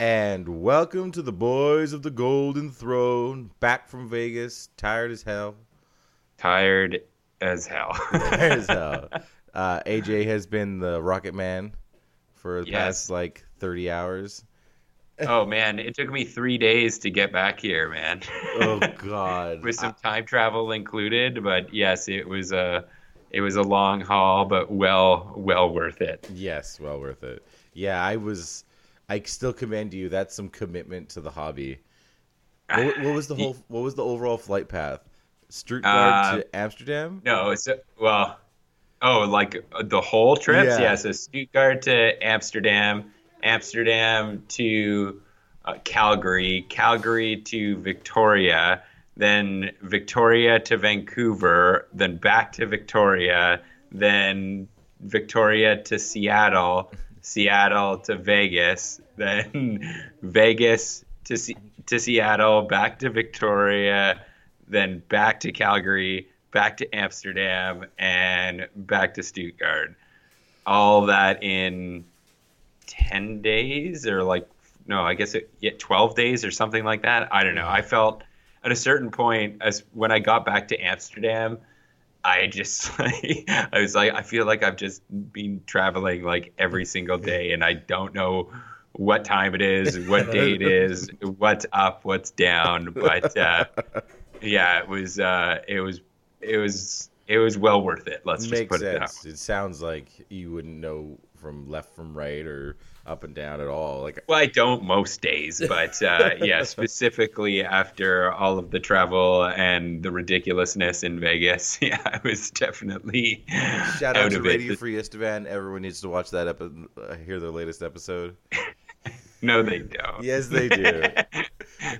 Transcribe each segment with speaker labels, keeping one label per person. Speaker 1: And welcome to the boys of the Golden Throne, back from Vegas, tired as hell.
Speaker 2: Tired as hell.
Speaker 1: Tired as hell. Uh, AJ has been the Rocket Man for the
Speaker 2: Yes.
Speaker 1: past like 30 hours.
Speaker 2: oh man, it took me three days to get back here, man.
Speaker 1: Oh God!
Speaker 2: With some time travel included, but yes, it was a it was a long haul, but well well worth it.
Speaker 1: yes, well worth it. Yeah, I was. I still commend you. That's some commitment to the hobby. What, what was the whole? What was the overall flight path? Stuttgart to Amsterdam.
Speaker 2: No, it's well, oh, like uh, the whole trip.
Speaker 1: Yeah.
Speaker 2: Yeah. so Stuttgart to Amsterdam, Amsterdam to uh, Calgary, Calgary to Victoria, then Victoria to Vancouver, then back to Victoria, then Victoria to Seattle, Seattle to Vegas, then Vegas to Se- to Seattle, back to Victoria, then back to Calgary, back to Amsterdam, and back to Stuttgart. All that in 10 days or like, no, I guess it, yeah, 12 days or something like that. I don't know. I felt at a certain point, as when I got back to Amsterdam, I just like, I was like, I feel like I've just been traveling like every single day and I don't know what time it is, what day it is, what's up, what's down. But, uh, yeah, it was uh, it was it was it was well worth it. Let's just
Speaker 1: Makes
Speaker 2: put it that
Speaker 1: sense.
Speaker 2: way.
Speaker 1: It, sounds like you wouldn't know from left from right or up and down at all. Like
Speaker 2: Well, I don't most days, but uh, yeah, specifically after all of the travel and the ridiculousness in Vegas, yeah, I was definitely
Speaker 1: shout
Speaker 2: out
Speaker 1: out to
Speaker 2: of
Speaker 1: Radio
Speaker 2: it.
Speaker 1: Free Esteban. Everyone needs to watch that up. Uh, hear their latest episode.
Speaker 2: No, they don't.
Speaker 1: Yes, they do.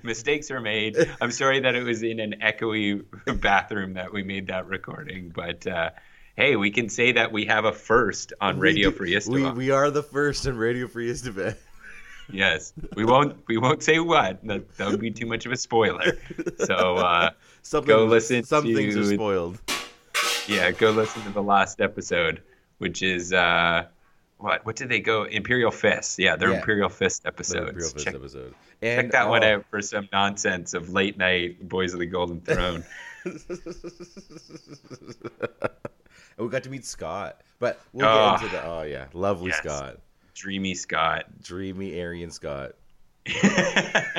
Speaker 2: Mistakes are made. I'm sorry that it was in an echoey bathroom that we made that recording, but uh, hey, we can say that we have a first on Radio
Speaker 1: do-
Speaker 2: Free Esteban.
Speaker 1: We, we are the first in Radio Free Esteban.
Speaker 2: Yes, we won't. We won't say what. That, that would be too much of a spoiler. So uh,
Speaker 1: Something,
Speaker 2: Go listen
Speaker 1: Some things are
Speaker 2: to-
Speaker 1: spoiled.
Speaker 2: yeah, go listen to the last episode, which is uh, what? What did they go? Imperial Fist. Yeah, their
Speaker 1: Yeah.
Speaker 2: Imperial Fist episodes.
Speaker 1: The Imperial Fist
Speaker 2: check,
Speaker 1: episode.
Speaker 2: check
Speaker 1: And,
Speaker 2: that one
Speaker 1: oh,
Speaker 2: out for some nonsense of late night Boys of the Golden Throne.
Speaker 1: And we got to meet Scott, but we'll
Speaker 2: Oh.
Speaker 1: get into the. Oh yeah, lovely
Speaker 2: Yes.
Speaker 1: Scott,
Speaker 2: Dreamy Scott.
Speaker 1: dreamy Aryan Scott.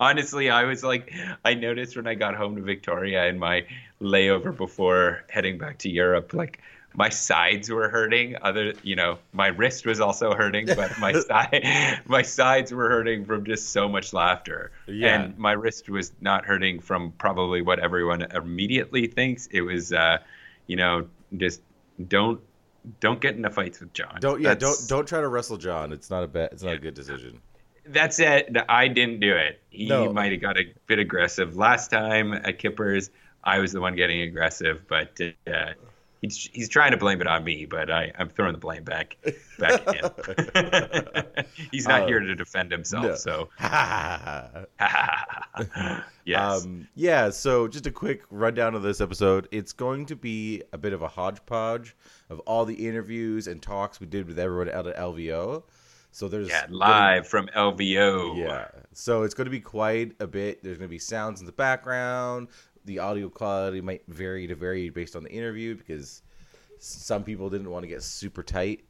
Speaker 2: Honestly, I was like, I noticed when I got home to Victoria in my layover before heading back to Europe, like my sides were hurting. Other, you know, my wrist was also hurting, but my side, my sides were hurting from just so much laughter.
Speaker 1: Yeah.
Speaker 2: And my wrist was not hurting from probably what everyone immediately thinks. It was, uh, you know, just don't don't get into fights with John.
Speaker 1: Don't yeah,
Speaker 2: That's-
Speaker 1: don't don't try to wrestle John. It's not a bad. It's not a good decision.
Speaker 2: That's it. I didn't do it. He
Speaker 1: No.
Speaker 2: might have got a bit aggressive last time at Kippers. I was the one getting aggressive, but uh, he's he's trying to blame it on me. But I, I'm throwing the blame back back at him. he's not
Speaker 1: Uh,
Speaker 2: here to defend himself.
Speaker 1: no.
Speaker 2: So
Speaker 1: Ha
Speaker 2: yes,
Speaker 1: Um, yeah, so just a quick rundown of this episode. It's going to be a bit of a hodgepodge of all the interviews and talks we did with everyone out at LVO. So there's
Speaker 2: yeah,
Speaker 1: gonna-
Speaker 2: live from LVO.
Speaker 1: yeah, so it's going to be quite a bit. There's going to be sounds in the background. The audio quality might vary to vary based on the interview because some people didn't want to get super tight.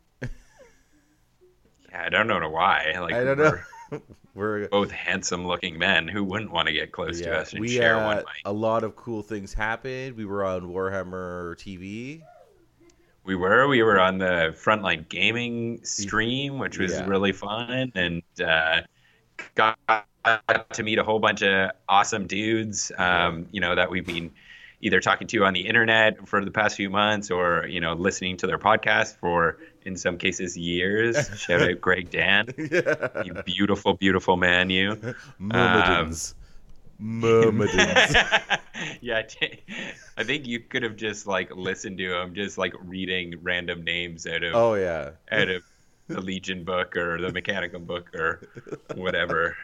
Speaker 2: Yeah, I don't know why. Like
Speaker 1: I don't know.
Speaker 2: we're
Speaker 1: We're
Speaker 2: both handsome-looking men who wouldn't want to get close to us and
Speaker 1: we
Speaker 2: share
Speaker 1: uh,
Speaker 2: one mic.
Speaker 1: a lot of cool things happened. We were on Warhammer TV.
Speaker 2: We were. We were on the Frontline Gaming stream, which was
Speaker 1: Yeah.
Speaker 2: really fun, and uh, got to meet a whole bunch of awesome dudes. Um, you know that we've been either talking to on the internet for the past few months, or you know listening to their podcast for, in some cases, years. Shout out Greg Dan,
Speaker 1: yeah.
Speaker 2: you beautiful, beautiful man, you.
Speaker 1: Myrmidons. Myrmidons.
Speaker 2: yeah, t- I think you could have just like listened to him just like reading random names out of
Speaker 1: oh yeah.
Speaker 2: out of the Legion book or the Mechanicum book or whatever.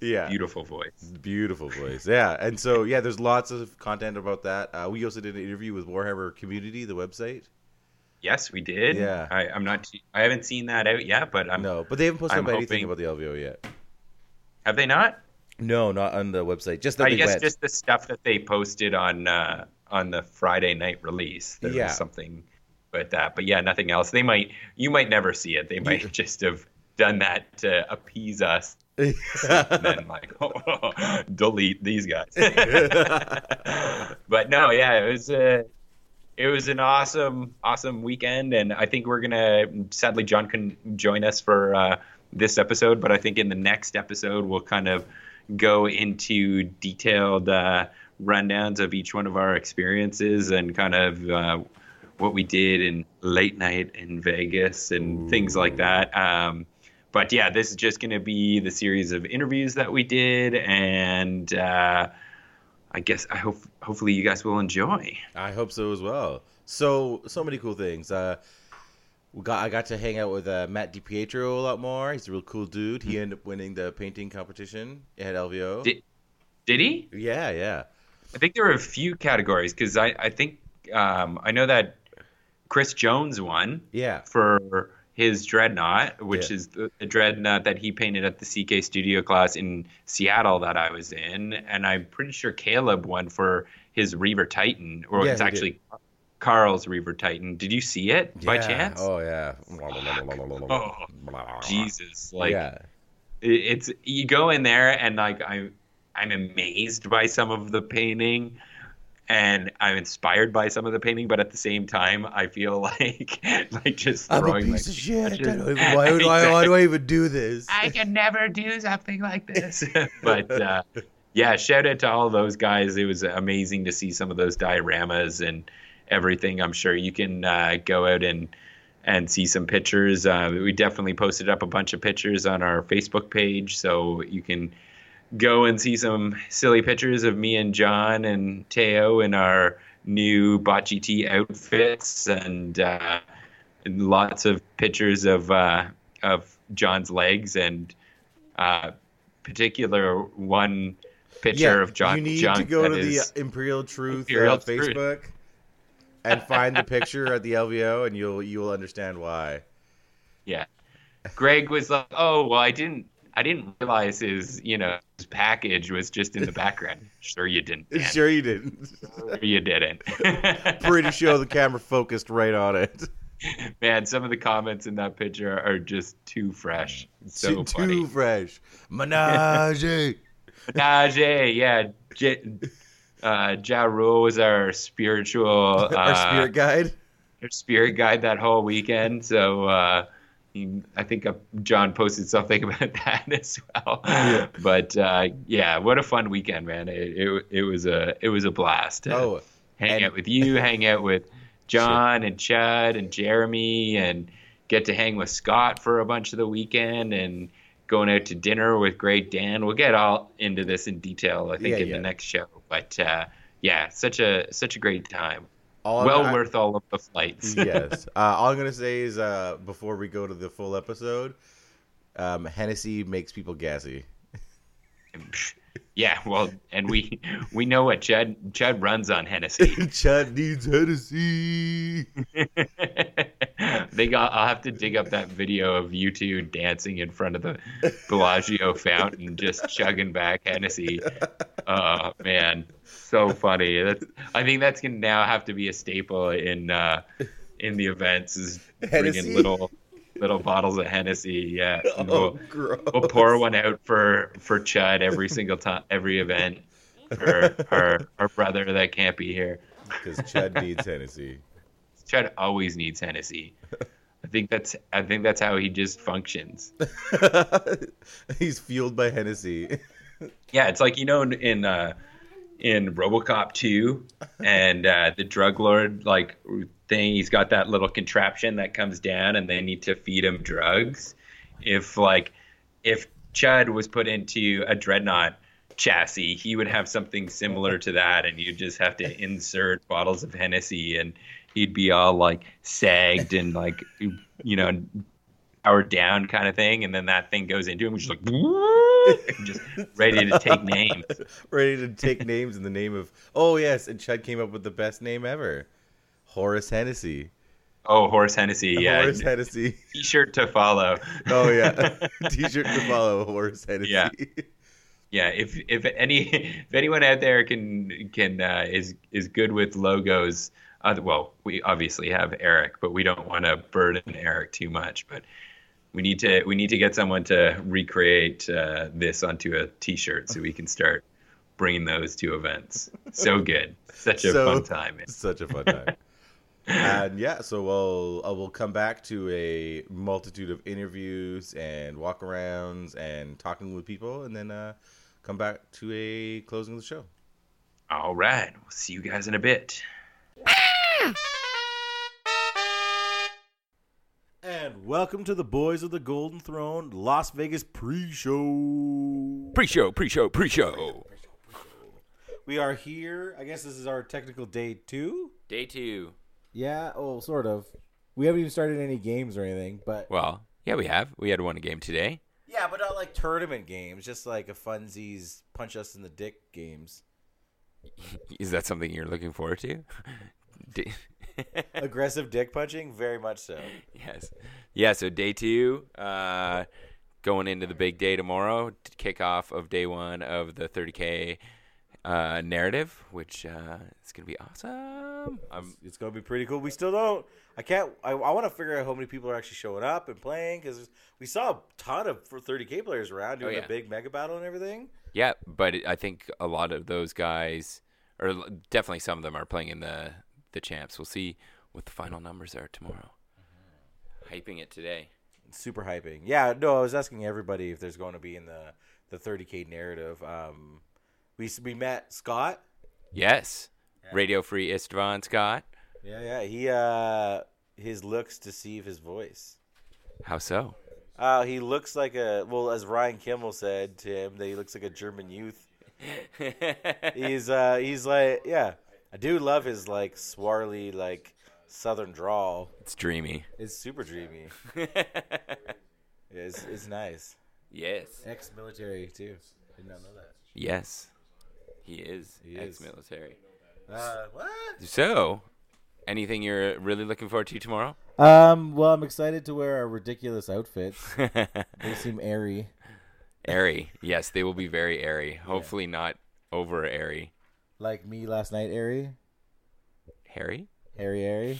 Speaker 1: Yeah.
Speaker 2: Beautiful voice.
Speaker 1: Beautiful voice. Yeah. And so yeah, there's lots of content about that. Uh, we also did an interview with Warhammer Community, the website.
Speaker 2: Yes, we did.
Speaker 1: Yeah.
Speaker 2: I, I'm not. too- I haven't seen that out yet, but I'm,
Speaker 1: No, but they haven't posted
Speaker 2: I'm
Speaker 1: up anything
Speaker 2: hoping-
Speaker 1: about the LVO yet.
Speaker 2: have they not?
Speaker 1: No, not on the website. Just that
Speaker 2: I
Speaker 1: they
Speaker 2: guess
Speaker 1: went.
Speaker 2: just the stuff that they posted on uh, on the Friday night release. There
Speaker 1: Yeah.
Speaker 2: was something but that, but yeah, nothing else. They might you might never see it. They might just have done that to appease us, and then like delete these guys. but no, yeah, it was uh, it was an awesome awesome weekend, and I think we're gonna sadly John couldn't join us for uh, this episode, but I think in the next episode we'll kind of go into detailed uh, rundowns of each one of our experiences and kind of uh, what we did in late night in Vegas and things like that. Um, but yeah, this is just going to be the series of interviews that we did, and uh, I guess I hope hopefully you guys will enjoy.
Speaker 1: I hope so as well. So so many cool things. Uh, we got I got to hang out with uh, Matt DiPietro a lot more. He's a real cool dude.
Speaker 2: Hmm.
Speaker 1: He ended up winning the painting competition at LVO.
Speaker 2: Did- Did he?
Speaker 1: yeah, yeah.
Speaker 2: I think there were a few categories because I I think um, I know that Chris Jones won.
Speaker 1: Yeah.
Speaker 2: for his dreadnought, which
Speaker 1: Yeah.
Speaker 2: is the, the dreadnought that he painted at the CK Studio class in Seattle that I was in, and I'm pretty sure Caleb won for his Reaver Titan, or
Speaker 1: Yeah,
Speaker 2: it's
Speaker 1: he did.
Speaker 2: actually Carl's Reaver Titan. Did you see it by
Speaker 1: Yeah.
Speaker 2: chance?
Speaker 1: Oh yeah.
Speaker 2: Oh, Jesus! Like
Speaker 1: yeah.
Speaker 2: it- it's you go in there and like I'm I'm amazed by some of the painting and I'm inspired by some of the painting, but at the same time I feel like like just
Speaker 1: I'm a
Speaker 2: throwing
Speaker 1: piece
Speaker 2: my
Speaker 1: of shit. I
Speaker 2: punches.
Speaker 1: don't even, why, would, why, why do I even do this?
Speaker 2: I can never do something like this. but uh, yeah, shout out to all those guys. It was amazing to see some of those dioramas and everything. I'm sure you can uh, go out and and see some pictures. Uh, we definitely posted up a bunch of pictures on our Facebook page, so you can go and see some silly pictures of me and John and Teo in our new Bot GT outfits and. Uh, and lots of pictures of uh, of John's legs and uh, particular one picture of John.
Speaker 1: You need
Speaker 2: John
Speaker 1: to go
Speaker 2: that
Speaker 1: to
Speaker 2: is-
Speaker 1: the Imperial Truth
Speaker 2: Imperial
Speaker 1: uh,
Speaker 2: Truth.
Speaker 1: Facebook and find the picture at the LVO, and you'll you'll understand why.
Speaker 2: yeah.
Speaker 1: uh,
Speaker 2: Greg was like, "Oh well, I didn't." I didn't realize his, you know, his package was just in the background. Sure, you didn't. Dan.
Speaker 1: Sure, you didn't.
Speaker 2: Sure, you didn't.
Speaker 1: Pretty sure the camera focused right on it.
Speaker 2: Man, some of the comments in that picture are just too fresh. It's So
Speaker 1: Too
Speaker 2: funny.
Speaker 1: fresh. Menage.
Speaker 2: Najee, yeah. J- uh, ja Rule was our spiritual, uh,
Speaker 1: Our spirit guide.
Speaker 2: our spirit guide that whole weekend. So uh, he- I think uh, John posted something about that as well. But uh, yeah, what a fun weekend, man! It, it, it was a it was a blast. to
Speaker 1: Oh,
Speaker 2: hang
Speaker 1: and-
Speaker 2: out with you, hang out with John and Chad and Jeremy, and get to hang with Scott for a bunch of the weekend and. Going out to dinner with great Dan. We'll get all into this in detail, I think,
Speaker 1: Yeah,
Speaker 2: in
Speaker 1: yeah.
Speaker 2: the next show. But uh, yeah, such a such a great time.
Speaker 1: all
Speaker 2: well
Speaker 1: I-
Speaker 2: worth all of the flights.
Speaker 1: yes. Uh, all I'm gonna say is uh, before we go to the full episode, um, Hennessy makes people gassy.
Speaker 2: Yeah, well, and we we know what Chad Chad runs on Hennessy.
Speaker 1: Chad needs Hennessy.
Speaker 2: they got. I'll have to dig up that video of you two dancing in front of the Bellagio fountain, just chugging back Hennessy. Oh man, so funny. That's, I think that's gonna now have to be a staple in uh, in the events is
Speaker 1: Hennessy?
Speaker 2: bringing little little bottles of Hennessy. Yeah, and
Speaker 1: Oh,
Speaker 2: we'll-
Speaker 1: gross.
Speaker 2: we'll pour one out for for Chud every single time, every event, for our our brother that can't be here.
Speaker 1: because Chad needs Hennessy.
Speaker 2: Chud always needs Hennessy. I think that's I think that's how he just functions.
Speaker 1: He's fueled by Hennessy.
Speaker 2: Yeah, it's like you know in in, uh, in RoboCop two and uh, the drug lord like thing. He's got that little contraption that comes down, and they need to feed him drugs. If like if Chud was put into a dreadnought chassis, he would have something similar to that, and you'd just have to insert bottles of Hennessy, and he'd be all like sagged and like you know powered down kind of thing, and then that thing goes into him, which is like and just ready to take names.
Speaker 1: Ready to take names in the name of. Oh, yes. And Chad came up with the best name ever Horace Hennessy.
Speaker 3: Oh, Horace Hennessy. Yeah.
Speaker 1: Horace Hennessy.
Speaker 3: T-shirt to follow.
Speaker 1: Oh yeah, T-shirt to follow. Horace Hennessy.
Speaker 3: Yeah. Yeah, if if any if anyone out there can can uh, is is good with logos, uh, well, we obviously have Eric, but we don't want to burden Eric too much. But we need to we need to get someone to recreate uh, this onto a T-shirt so we can start bringing those to events. So good, such a
Speaker 1: So-
Speaker 3: fun time.
Speaker 1: Such a fun time. and yeah, so we'll uh, we'll come back to a multitude of interviews and walk arounds and talking with people, and then uh, come back to a closing of the show.
Speaker 3: All right, we'll see you guys in a bit.
Speaker 1: And welcome to the Boys of the Golden Throne Las Vegas pre-show.
Speaker 2: Pre-show, pre-show, pre-show.
Speaker 1: We are here. I guess this is our technical day two.
Speaker 2: Day two.
Speaker 1: Yeah, well, sort of. We haven't even started any games or anything, but
Speaker 2: Well, yeah, we have. We had one game today.
Speaker 1: yeah, but not like tournament games, just like a funsies punch us in the dick games.
Speaker 2: Is that something you're looking forward to? Day-
Speaker 1: Aggressive dick punching, very much so.
Speaker 2: yes. Yeah. So day two, uh, going into the big day tomorrow, t- kickoff of day one of the 30k uh, narrative, which uh, is gonna be awesome. Um, I'm,
Speaker 1: It's gonna be pretty cool. We still don't. I can't. I, I want to figure out how many people are actually showing up and playing because we saw a ton of 30k players around doing
Speaker 2: yeah.
Speaker 1: a big mega battle and everything.
Speaker 2: yeah, but it, I think a lot of those guys, or l- definitely some of them, are playing in the the champs. We'll see what the final numbers are tomorrow. Hyping it today.
Speaker 1: super hyping. Yeah, no, I was asking everybody if there's going to be in the the 30k narrative. Um, we we met Scott.
Speaker 2: Yes. Radio Free Istvan Scott.
Speaker 1: Yeah, yeah. He uh, his looks deceive his voice.
Speaker 2: How so?
Speaker 1: Uh, he looks like a well, as Ryan Kimmel said to him, that he looks like a German youth. he's uh, he's like yeah. I do love his like swarly like southern drawl.
Speaker 2: It's dreamy.
Speaker 1: It's super dreamy. Yeah, it's it's nice.
Speaker 2: yes.
Speaker 1: Ex-military too. Did not know that.
Speaker 2: Yes. He is
Speaker 1: He is.
Speaker 2: ex-military.
Speaker 1: Uh, what?
Speaker 2: So, anything you're really looking forward to tomorrow?
Speaker 1: Um. Well, I'm excited to wear our ridiculous outfits. They seem airy.
Speaker 2: airy. Yes, they will be very airy. Hopefully not over airy.
Speaker 1: Like me last night, airy,
Speaker 2: Harry?
Speaker 1: airy, airy.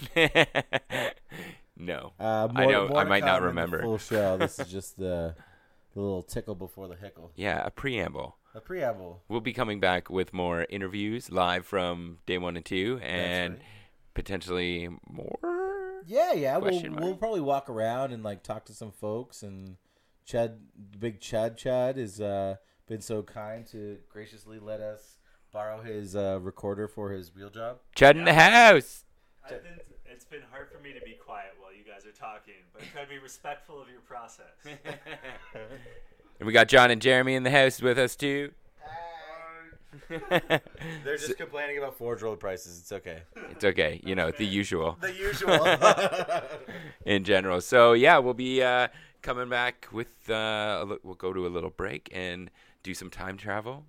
Speaker 2: no.
Speaker 1: Uh,
Speaker 2: I
Speaker 1: more-
Speaker 2: know,
Speaker 1: more
Speaker 2: I
Speaker 1: to
Speaker 2: might not
Speaker 1: come in the
Speaker 2: remember.
Speaker 1: Full show. This is just the, the little tickle before the hickle.
Speaker 2: yeah, a preamble.
Speaker 1: A preamble.
Speaker 2: We'll be coming back with more interviews live from day one and two and
Speaker 1: right.
Speaker 2: potentially more.
Speaker 1: Yeah, yeah. We'll,
Speaker 2: Question mark.
Speaker 1: we'll probably walk around and like talk to some folks. And Chad, big Chad, Chad has uh, been so kind to graciously let us borrow his uh, recorder for his wheel job.
Speaker 2: Chad in the house.
Speaker 4: I've been, it's been hard for me to be quiet while you guys are talking, but I'm trying to be respectful of your process.
Speaker 2: And we got John and Jeremy in the house with us too. it's
Speaker 1: They're just complaining about forge roll prices. It's okay.
Speaker 2: okay, you know, the usual
Speaker 1: The usual.
Speaker 2: in general. So yeah, we'll be uh, coming back with. Uh, a li- we'll go to a little break and do some time travel,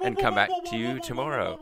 Speaker 2: and come back to you tomorrow.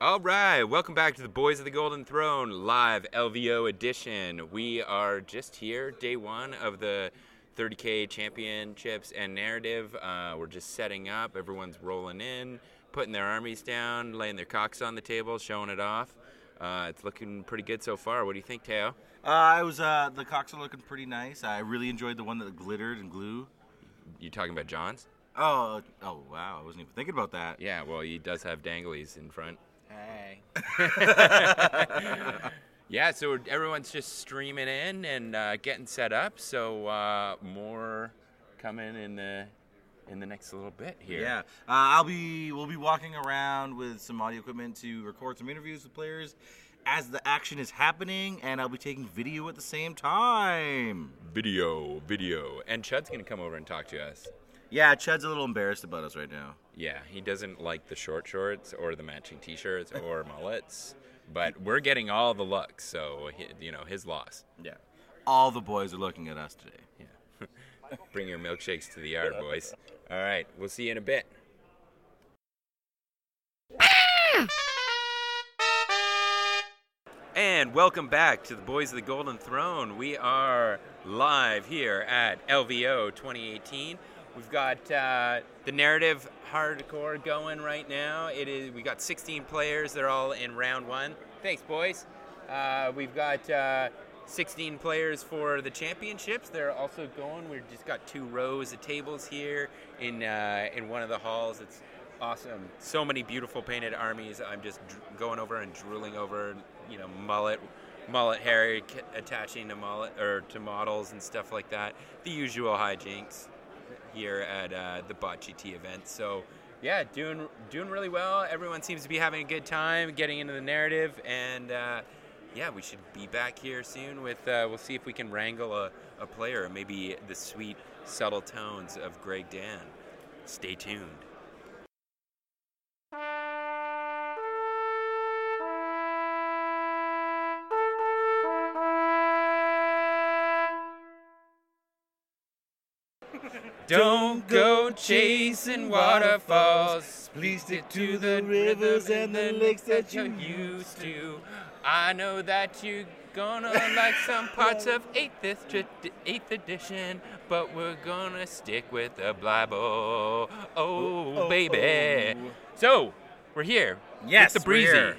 Speaker 2: All right, welcome back to the Boys of the Golden Throne live LVO edition. We are just here, day one of the 30K championships and narrative. Uh, we're just setting up, everyone's rolling in, putting their armies down, laying their cocks on the table, showing it off. Uh, it's looking pretty good so far. What do you think, Tao?
Speaker 1: Uh, I was uh, the cocks are looking pretty nice. I really enjoyed the one that glittered and glue.
Speaker 2: You talking about John's?
Speaker 1: Oh, oh wow! I wasn't even thinking about that.
Speaker 2: Yeah, well, he does have danglies in front.
Speaker 1: Hey.
Speaker 2: Yeah, so we're- everyone's just streaming in and uh, getting set up. So uh, more coming in the in the next little bit here.
Speaker 1: Yeah, uh, I'll be. We'll be walking around with some audio equipment to record some interviews with players as the action is happening, and I'll be taking video at the same time.
Speaker 2: Video, video, and Chud's gonna come over and talk to us.
Speaker 5: Yeah, Chad's a little embarrassed about us right now.
Speaker 2: Yeah, he doesn't like the short shorts or the matching T-shirts or mullets, but we're getting all the luck, so hi- you know his loss.
Speaker 5: Yeah. All the boys are looking at us today.
Speaker 2: Bring your milkshakes to the yard, boys. All right, we'll see you in a bit. And welcome back to the Boys of the Golden Throne. We are live here at LVO 2018. We've got uh, the narrative hardcore going right now. It is we got 16 players. They're all in round one. Thanks, boys. Uh, we've got uh, 16 players for the championships. They're also going. We've just got two rows of tables here in uh, in one of the halls. It's awesome. So many beautiful painted armies. I'm just dr- going over and drooling over, you know, mullet, mullet hair c- attaching to mullet or to models and stuff like that. The usual hijinks here at uh, the Bocce Tea event. So, yeah, doing doing really well. Everyone seems to be having a good time, getting into the narrative, and uh, yeah, we should be back here soon. With uh, we'll see if we can wrangle a, a player, maybe the sweet, subtle tones of Greg Dan. Stay tuned. Don't go chasing waterfalls. Please stick to the rivers and the lakes that you're used to. I know that you're gonna like some parts of 8th, trad- 8th edition, but we're gonna stick with the Bible. Oh, baby. So, we're here.
Speaker 5: Yes,
Speaker 2: With the
Speaker 5: we're
Speaker 2: breezy.
Speaker 5: here.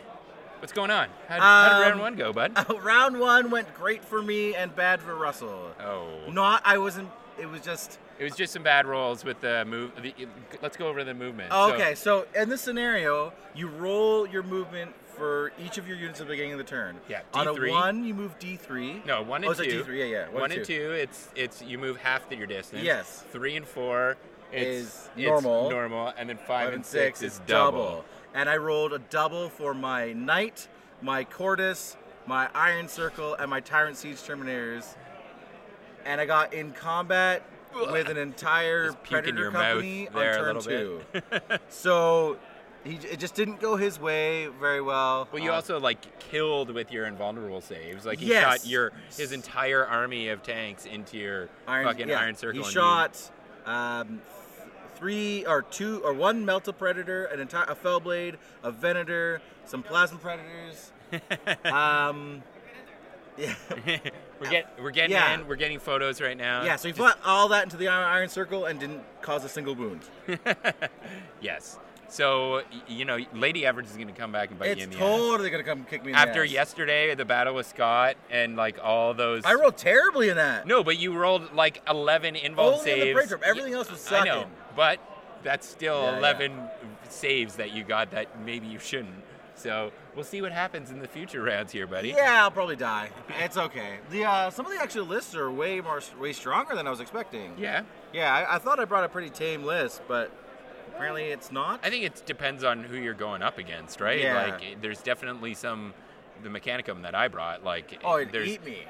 Speaker 2: What's going on? How, how did
Speaker 5: Um,
Speaker 2: round one go, bud?
Speaker 5: Round one went great for me and bad for Russell.
Speaker 2: Oh.
Speaker 5: Not, I wasn't. It was just
Speaker 2: It was just some bad rolls with the move. The, let's go over the movement. So-
Speaker 5: oh, okay. So, in this scenario, you roll your movement for each of your units at the beginning of the turn.
Speaker 2: Yeah,
Speaker 5: On a
Speaker 2: D3.
Speaker 5: one, you move D three.
Speaker 2: No, one and
Speaker 5: oh, it's like
Speaker 2: two.
Speaker 5: D3, yeah, yeah,
Speaker 2: One, and two. It's it's you move half the, your distance.
Speaker 5: Yes.
Speaker 2: Three and four
Speaker 5: Is
Speaker 2: it's,
Speaker 5: normal.
Speaker 2: It's normal, and then five,
Speaker 5: Five
Speaker 2: and six,
Speaker 5: is
Speaker 2: is
Speaker 5: double.
Speaker 2: double.
Speaker 5: And I rolled a double for my knight, my cordis, my iron circle, and my tyrant siege terminators. And I got in combat with an entire
Speaker 2: Just puke in
Speaker 5: predator
Speaker 2: your
Speaker 5: company
Speaker 2: mouth
Speaker 5: on
Speaker 2: there a
Speaker 5: turn
Speaker 2: little
Speaker 5: two.
Speaker 2: bit.
Speaker 5: so he it just didn't go his way very well.
Speaker 2: Well, you
Speaker 5: Um,
Speaker 2: also like killed with your invulnerable saves. Like he
Speaker 5: Yes.
Speaker 2: shot your his entire army of tanks into your fucking
Speaker 5: yeah,
Speaker 2: iron circle.
Speaker 5: He
Speaker 2: and
Speaker 5: shot um, th- three or two or one melta predator, an entire a fell blade, a venator, some plasma predators. um, yeah,
Speaker 2: You, we're get we're getting
Speaker 5: Yeah.
Speaker 2: in. We're getting photos right now.
Speaker 5: yeah. So he
Speaker 2: Just-
Speaker 5: fought all that into the iron iron circle and didn't cause a single wound.
Speaker 2: Yes. So y- you know, Lady Everett is going to come back and bite you
Speaker 5: It's
Speaker 2: in the ass.
Speaker 5: totally gonna come kick me in the
Speaker 2: After
Speaker 5: ass.
Speaker 2: yesterday, the battle with Scott and like all those.
Speaker 5: I rolled terribly in that.
Speaker 2: No, but you rolled like 11 invuln
Speaker 5: Only in
Speaker 2: saves.
Speaker 5: the break room. Everything else was
Speaker 2: I
Speaker 5: sucking.
Speaker 2: know, but that's still
Speaker 5: Yeah, yeah.
Speaker 2: 11 saves that you got that maybe you shouldn't. So we'll see what happens in the future rounds here, buddy.
Speaker 5: Yeah, I'll probably die. It's okay. The uh, some of the actual lists are way more way stronger than I was expecting.
Speaker 2: Yeah.
Speaker 5: Yeah, I, I thought I brought a pretty tame list, but apparently it's not.
Speaker 2: I think it depends on who you're going up against, right?
Speaker 5: Yeah.
Speaker 2: Like, there's definitely some. The Mechanicum that I brought, like,
Speaker 5: oh, it'd
Speaker 2: there's
Speaker 5: eat me.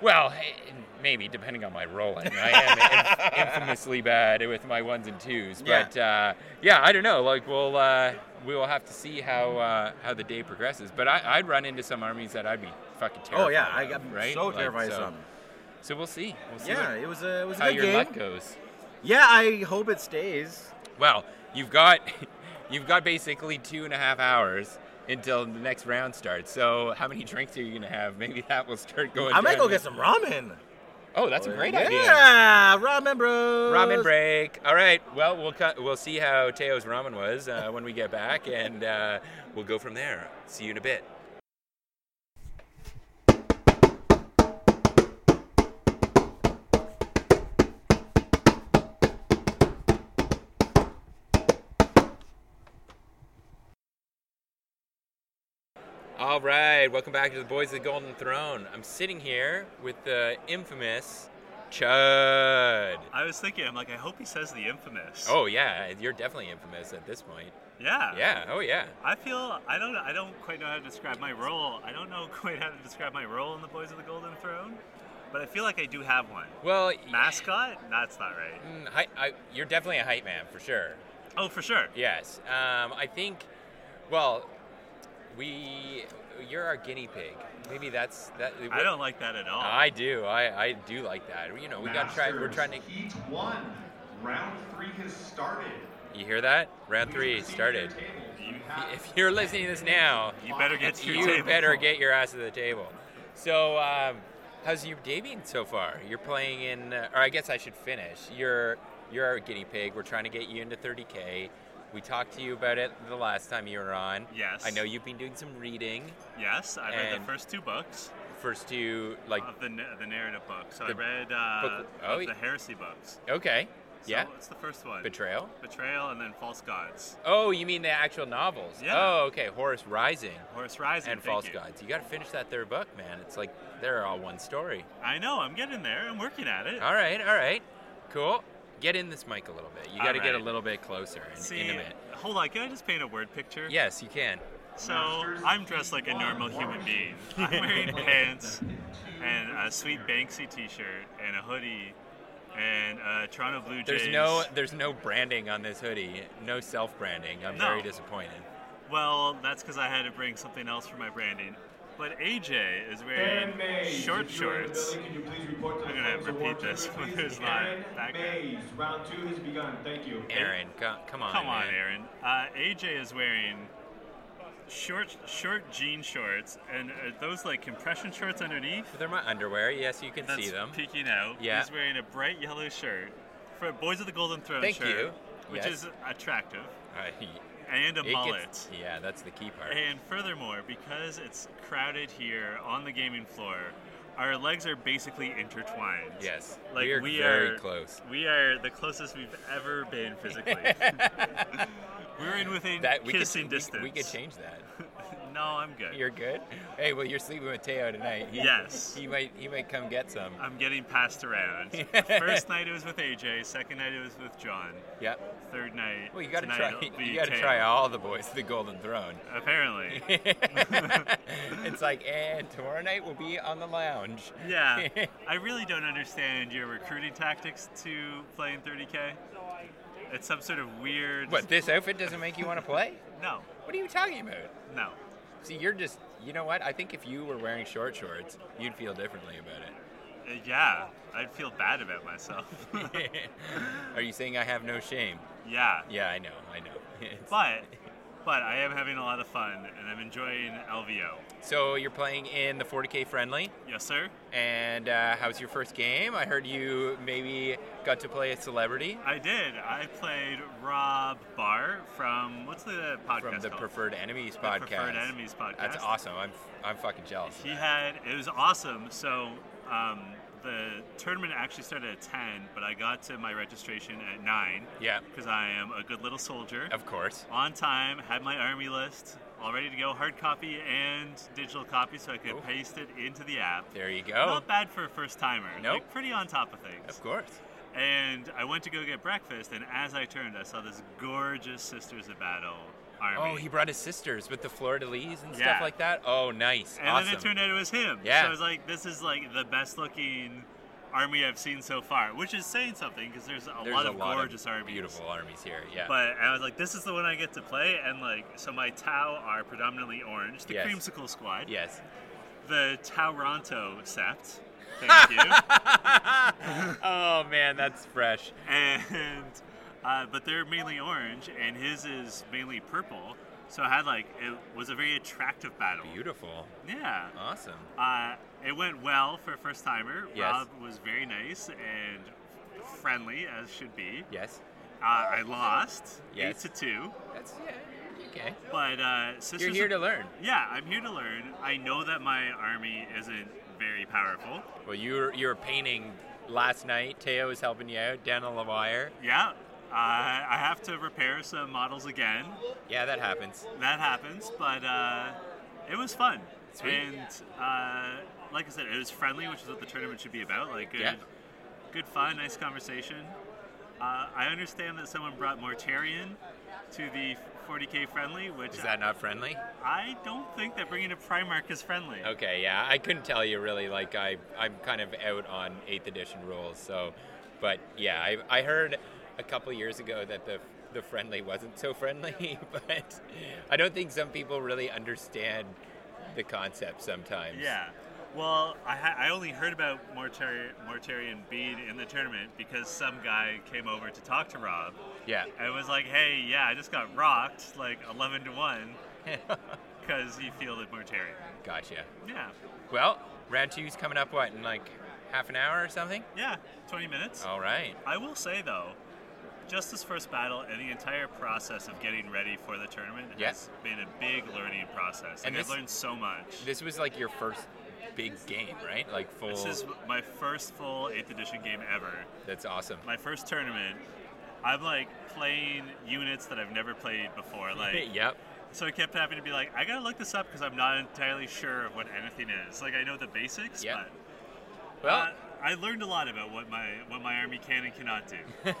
Speaker 2: Well, eh, maybe depending on my rolling, I am inf- infamously bad with my ones and twos.
Speaker 5: Yeah.
Speaker 2: But uh, yeah, I don't know. Like we'll uh, we will have to see how uh, how the day progresses. But I, I'd run into some armies that I'd be fucking terrified.
Speaker 5: Oh yeah, I,
Speaker 2: of,
Speaker 5: am
Speaker 2: right?
Speaker 5: so
Speaker 2: Like,
Speaker 5: terrified of
Speaker 2: so,
Speaker 5: some.
Speaker 2: So we'll see. We'll see
Speaker 5: Yeah,
Speaker 2: what-
Speaker 5: it was a it was a
Speaker 2: how
Speaker 5: good
Speaker 2: your
Speaker 5: game.
Speaker 2: luck goes.
Speaker 5: Yeah, I hope it stays.
Speaker 2: Well, you've got you've got basically two and a half hours until the next round starts. So how many drinks are you gonna have? Maybe that will start going.
Speaker 5: I might
Speaker 2: down.
Speaker 5: go get some ramen.
Speaker 2: Oh, that's a great
Speaker 5: yeah,
Speaker 2: idea.
Speaker 5: Yeah, ramen bros.
Speaker 2: Ramen break. All right. Well, we'll cut, we'll see how Teo's ramen was uh, when we get back, and uh, we'll go from there. See you in a bit. All right. Welcome back to the Boys of the Golden Throne. I'm sitting here with the infamous Chud.
Speaker 4: I was thinking, I'm like, I hope he says the infamous.
Speaker 2: Oh yeah, you're definitely infamous at this point.
Speaker 4: yeah.
Speaker 2: Yeah. Oh yeah.
Speaker 4: I feel I don't I don't quite know how to describe my role. I don't know quite how to describe my role in the Boys of the Golden Throne. But I feel like I do have one.
Speaker 6: Well,
Speaker 4: Mascot? That's not right.
Speaker 6: mm, hi- I, you're definitely a hype man for sure.
Speaker 4: Oh, for sure.
Speaker 6: Yes. Um, I think. Well, we. You're our guinea pig. Maybe that's that.
Speaker 4: I don't like that at all.
Speaker 6: I do. I, I do like that. You know, we got to try. We're
Speaker 7: Masters,
Speaker 6: trying to.
Speaker 7: Heat one, round three has started.
Speaker 6: You hear that? Round
Speaker 7: Please
Speaker 6: three
Speaker 7: proceed to
Speaker 6: started.
Speaker 7: your tables. You have
Speaker 6: If you're listening to this now,
Speaker 4: you better get to your
Speaker 6: you
Speaker 4: table.
Speaker 6: better get your ass to the table. So, um, how's your day been so far? You're playing in, uh, or I guess I should finish. You're you're our guinea pig. We're trying to get you into 30k. We talked to you about it the last time you were on.
Speaker 4: Yes.
Speaker 6: I know you've been doing some reading.
Speaker 4: Yes, I read the
Speaker 6: And-
Speaker 4: first two books
Speaker 6: First two, like,
Speaker 4: of the na- the narrative book. So I
Speaker 6: The
Speaker 4: read uh,
Speaker 6: book- oh,
Speaker 4: of
Speaker 6: yeah.
Speaker 4: the heresy books.
Speaker 6: okay,
Speaker 4: So
Speaker 6: yeah,
Speaker 4: What's the first one?
Speaker 6: betrayal.
Speaker 4: Betrayal and then False Gods.
Speaker 6: Oh, you mean the actual novels?
Speaker 4: Yeah.
Speaker 6: Oh, okay, Horus Rising
Speaker 4: Horse Rising.
Speaker 6: and
Speaker 4: thank
Speaker 6: False
Speaker 4: you.
Speaker 6: Gods. You got to finish that third book, man. It's like they're all one story.
Speaker 4: I know. I'm getting there. I'm working at it.
Speaker 6: All right, all right, cool. Get in this mic a little bit. You
Speaker 4: All
Speaker 6: got to get a
Speaker 4: right.
Speaker 6: little bit closer and
Speaker 4: See,
Speaker 6: intimate.
Speaker 4: hold on. Can I just paint a word picture?
Speaker 6: Yes, you can.
Speaker 4: So I'm dressed like a normal human being. I'm wearing pants and a sweet Banksy T-shirt and a hoodie and a Toronto Blue Jays.
Speaker 6: There's no there's no branding on this hoodie. No self branding.
Speaker 2: Um,
Speaker 6: I'm
Speaker 4: No.
Speaker 6: very disappointed.
Speaker 4: Well, that's because I had to bring something else for my branding. But AJ is wearing
Speaker 7: Aaron Mays,
Speaker 4: short
Speaker 7: if you are in the
Speaker 4: shorts.
Speaker 7: building, could you please report to
Speaker 4: I'm
Speaker 7: the
Speaker 4: gonna
Speaker 7: Friends
Speaker 4: repeat
Speaker 7: Award
Speaker 4: this
Speaker 7: table,
Speaker 4: when
Speaker 7: please?
Speaker 4: there's not
Speaker 7: Aaron
Speaker 4: background.
Speaker 7: Mays, round two has begun. Thank you.
Speaker 6: Aaron, co- come on.
Speaker 4: Come on,
Speaker 6: man.
Speaker 4: Aaron. Uh, AJ is wearing short short jean shorts and are those like compression shorts underneath.
Speaker 6: They're my underwear. Yes, you can
Speaker 4: That's
Speaker 6: see them.
Speaker 4: peeking out.
Speaker 6: Yeah.
Speaker 4: He's wearing a bright yellow shirt for a Boys of the Golden Throne
Speaker 6: Thank
Speaker 4: shirt,
Speaker 6: you.
Speaker 4: which
Speaker 6: Yes.
Speaker 4: is attractive,
Speaker 6: Uh, he-
Speaker 4: and a
Speaker 6: it
Speaker 4: mullet.
Speaker 6: gets- yeah, that's the key part.
Speaker 4: And furthermore, because it's crowded here on the gaming floor, our legs are basically intertwined.
Speaker 6: Yes,
Speaker 4: Like
Speaker 6: we are
Speaker 4: we
Speaker 6: very
Speaker 4: are-
Speaker 6: close.
Speaker 4: We are the closest we've ever been physically. We're in within
Speaker 6: That we
Speaker 4: kissing
Speaker 6: could,
Speaker 4: distance.
Speaker 6: We, we could change that.
Speaker 4: No, I'm good.
Speaker 6: You're good. Hey, well, you're sleeping with Teo tonight. He,
Speaker 4: Yes.
Speaker 6: He might he might come get some.
Speaker 4: I'm getting passed around. First night it was with AJ. Second night it was with John.
Speaker 6: Yeah.
Speaker 4: Third night.
Speaker 6: Well, you got to
Speaker 4: tonight
Speaker 6: try.
Speaker 4: it'll be
Speaker 6: You got to
Speaker 4: Taylor.
Speaker 6: try all the boys to the Golden Throne.
Speaker 4: Apparently.
Speaker 6: it's like, and tomorrow night we'll be on the lounge.
Speaker 4: Yeah, I really don't understand your recruiting tactics to playing 30k. It's some sort of weird.
Speaker 6: What? This outfit doesn't make you want to play?
Speaker 4: No,
Speaker 6: What are you talking about?
Speaker 4: no.
Speaker 6: See, you're just. You know what? I think if you were wearing short shorts, you'd feel differently about
Speaker 4: Uh, yeah, I'd feel bad about myself.
Speaker 6: it. are you saying I have no shame?
Speaker 4: yeah,
Speaker 6: Yeah, I know. I know. It's-
Speaker 4: but but I am having a lot of fun and I'm enjoying LVO.
Speaker 6: so you're playing in the 40k friendly,
Speaker 4: Yes, sir.
Speaker 6: and uh, how's your first game? I heard you maybe got to play a celebrity
Speaker 4: I did. I played Rob Barr from what's the podcast
Speaker 6: from the
Speaker 4: called?
Speaker 6: Preferred Enemies
Speaker 4: The
Speaker 6: podcast.
Speaker 4: Preferred Enemies podcast.
Speaker 6: That's awesome. I'm I'm fucking jealous. of
Speaker 4: He
Speaker 6: that.
Speaker 4: had it was awesome. So um, the tournament actually started at ten, but I got to my registration at nine
Speaker 6: yeah,
Speaker 4: because I am a good little soldier.
Speaker 6: of course.
Speaker 4: On time, had my army list all ready to go, hard copy and digital copy, so I could
Speaker 6: Cool.
Speaker 4: paste it into the app.
Speaker 6: There you go.
Speaker 4: Not bad for a first timer.
Speaker 6: Nope.
Speaker 4: Like, pretty on top of things.
Speaker 6: Of course.
Speaker 4: And I went to go get breakfast, and as I turned, I saw this gorgeous Sisters of Battle army.
Speaker 6: Oh, he brought his sisters with the Fleur de Lis and stuff
Speaker 4: Yeah.
Speaker 6: like that. Oh, nice.
Speaker 4: And
Speaker 6: awesome.
Speaker 4: then it turned out it was him.
Speaker 6: Yeah.
Speaker 4: So I was like, this is like the best looking army I've seen so far, which is saying something because there's a
Speaker 6: There's
Speaker 4: lot of gorgeous armies.
Speaker 6: beautiful armies here. Yeah.
Speaker 4: But I was like, this is the one I get to play. And like, so my Tau are predominantly orange, the
Speaker 6: Yes.
Speaker 4: Creamsicle Squad,
Speaker 6: yes.
Speaker 4: the Tauronto Sept. Thank you.
Speaker 6: oh man, that's fresh.
Speaker 4: And, uh, but they're mainly orange, and his is mainly purple. So I had like, it was a very attractive battle.
Speaker 6: Beautiful.
Speaker 4: Yeah.
Speaker 6: Awesome.
Speaker 4: Uh, it went well for a first timer.
Speaker 6: Yes.
Speaker 4: Rob was very nice and friendly as should be.
Speaker 6: Yes.
Speaker 4: Uh, I lost
Speaker 6: Yes.
Speaker 4: eight to two,
Speaker 6: That's yeah. Okay.
Speaker 4: but uh, sisters.
Speaker 6: You're here to learn.
Speaker 4: Yeah, I'm here to learn. I know that my army isn't very powerful.
Speaker 6: Well, you're you're painting last night. Teo was helping you out down on the wire.
Speaker 4: Yeah. Uh, I have to repair some models again.
Speaker 6: Yeah, that happens.
Speaker 4: That happens, but uh, it was fun.
Speaker 6: Sweet.
Speaker 4: And uh, like I said, it was friendly, which is what the tournament should be about. Like good,
Speaker 6: Yeah.
Speaker 4: good fun, nice conversation. Uh, I understand that someone brought Mortarian to the 40k friendly, which
Speaker 6: Is that not friendly?
Speaker 4: I don't think that bringing to Primark is friendly.
Speaker 6: Okay, yeah, I couldn't tell you really. Like, I I'm kind of out on eighth edition rules. So, but yeah, I I heard a couple years ago that the the friendly wasn't so friendly, but I don't think some people really understand the concept sometimes.
Speaker 4: Yeah. Well, I, ha- I only heard about Mortari- Mortarian Bede in the tournament because some guy came over to talk to Rob
Speaker 6: Yeah.
Speaker 4: and was like, hey, yeah, I just got rocked like 11 to 1 because he fielded Mortarian.
Speaker 6: Gotcha.
Speaker 4: Yeah.
Speaker 6: Well, round two's coming up. What in like half an hour or something?
Speaker 4: Yeah. 20 minutes.
Speaker 6: All right.
Speaker 4: I will say, though, just this first battle and the entire process of getting ready for the tournament
Speaker 6: Yeah.
Speaker 4: has been a big learning process. And,
Speaker 6: And
Speaker 4: I've
Speaker 6: this-
Speaker 4: learned so much.
Speaker 6: This was like your first big game, right? Like full.
Speaker 4: this is my first full 8th edition game ever.
Speaker 6: that's awesome.
Speaker 4: my first tournament, I'm like playing units that I've never played before. Like,
Speaker 6: yep.
Speaker 4: so I kept having to be like, I gotta look this up because I'm not entirely sure of what anything is. Like, I know the basics,
Speaker 6: Yeah. Oh.
Speaker 4: but
Speaker 6: Well,
Speaker 4: uh, I learned a lot about what my what my army can and cannot do.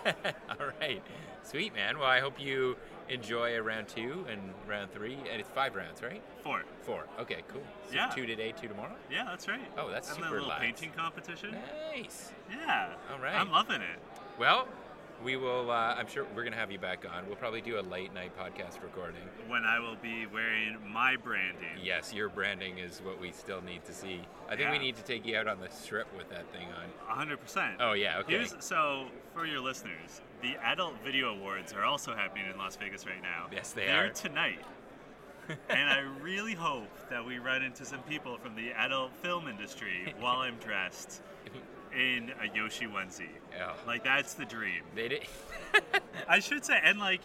Speaker 6: All right. Sweet, man. Well, I hope you enjoy a round two and round three. And it's five rounds, right?
Speaker 4: Four.
Speaker 6: Four. Okay, cool. So
Speaker 4: Yeah.
Speaker 6: two today, two tomorrow?
Speaker 4: Yeah, that's right.
Speaker 6: Oh, that's
Speaker 4: and
Speaker 6: super
Speaker 4: that little
Speaker 6: lax.
Speaker 4: painting competition.
Speaker 6: Nice.
Speaker 4: Yeah.
Speaker 6: All right.
Speaker 4: I'm loving it.
Speaker 6: Well, we will, uh, I'm sure we're going to have you back on. We'll probably do a late night podcast recording.
Speaker 4: When I will be wearing my branding.
Speaker 6: Yes, your branding is what we still need to see. I think we
Speaker 4: Yeah.
Speaker 6: need to take you out on the strip with that thing on.
Speaker 4: 100%.
Speaker 6: Oh, yeah, okay.
Speaker 4: Here's, so, for your listeners, the Adult Video Awards are also happening in Las Vegas right now.
Speaker 6: Yes, they
Speaker 4: They're
Speaker 6: are.
Speaker 4: tonight. and I really hope that we run into some people from the adult film industry while I'm dressed in a Yoshi onesie.
Speaker 6: Yeah.
Speaker 4: Like, that's the dream.
Speaker 6: They did.
Speaker 4: I should say, and like,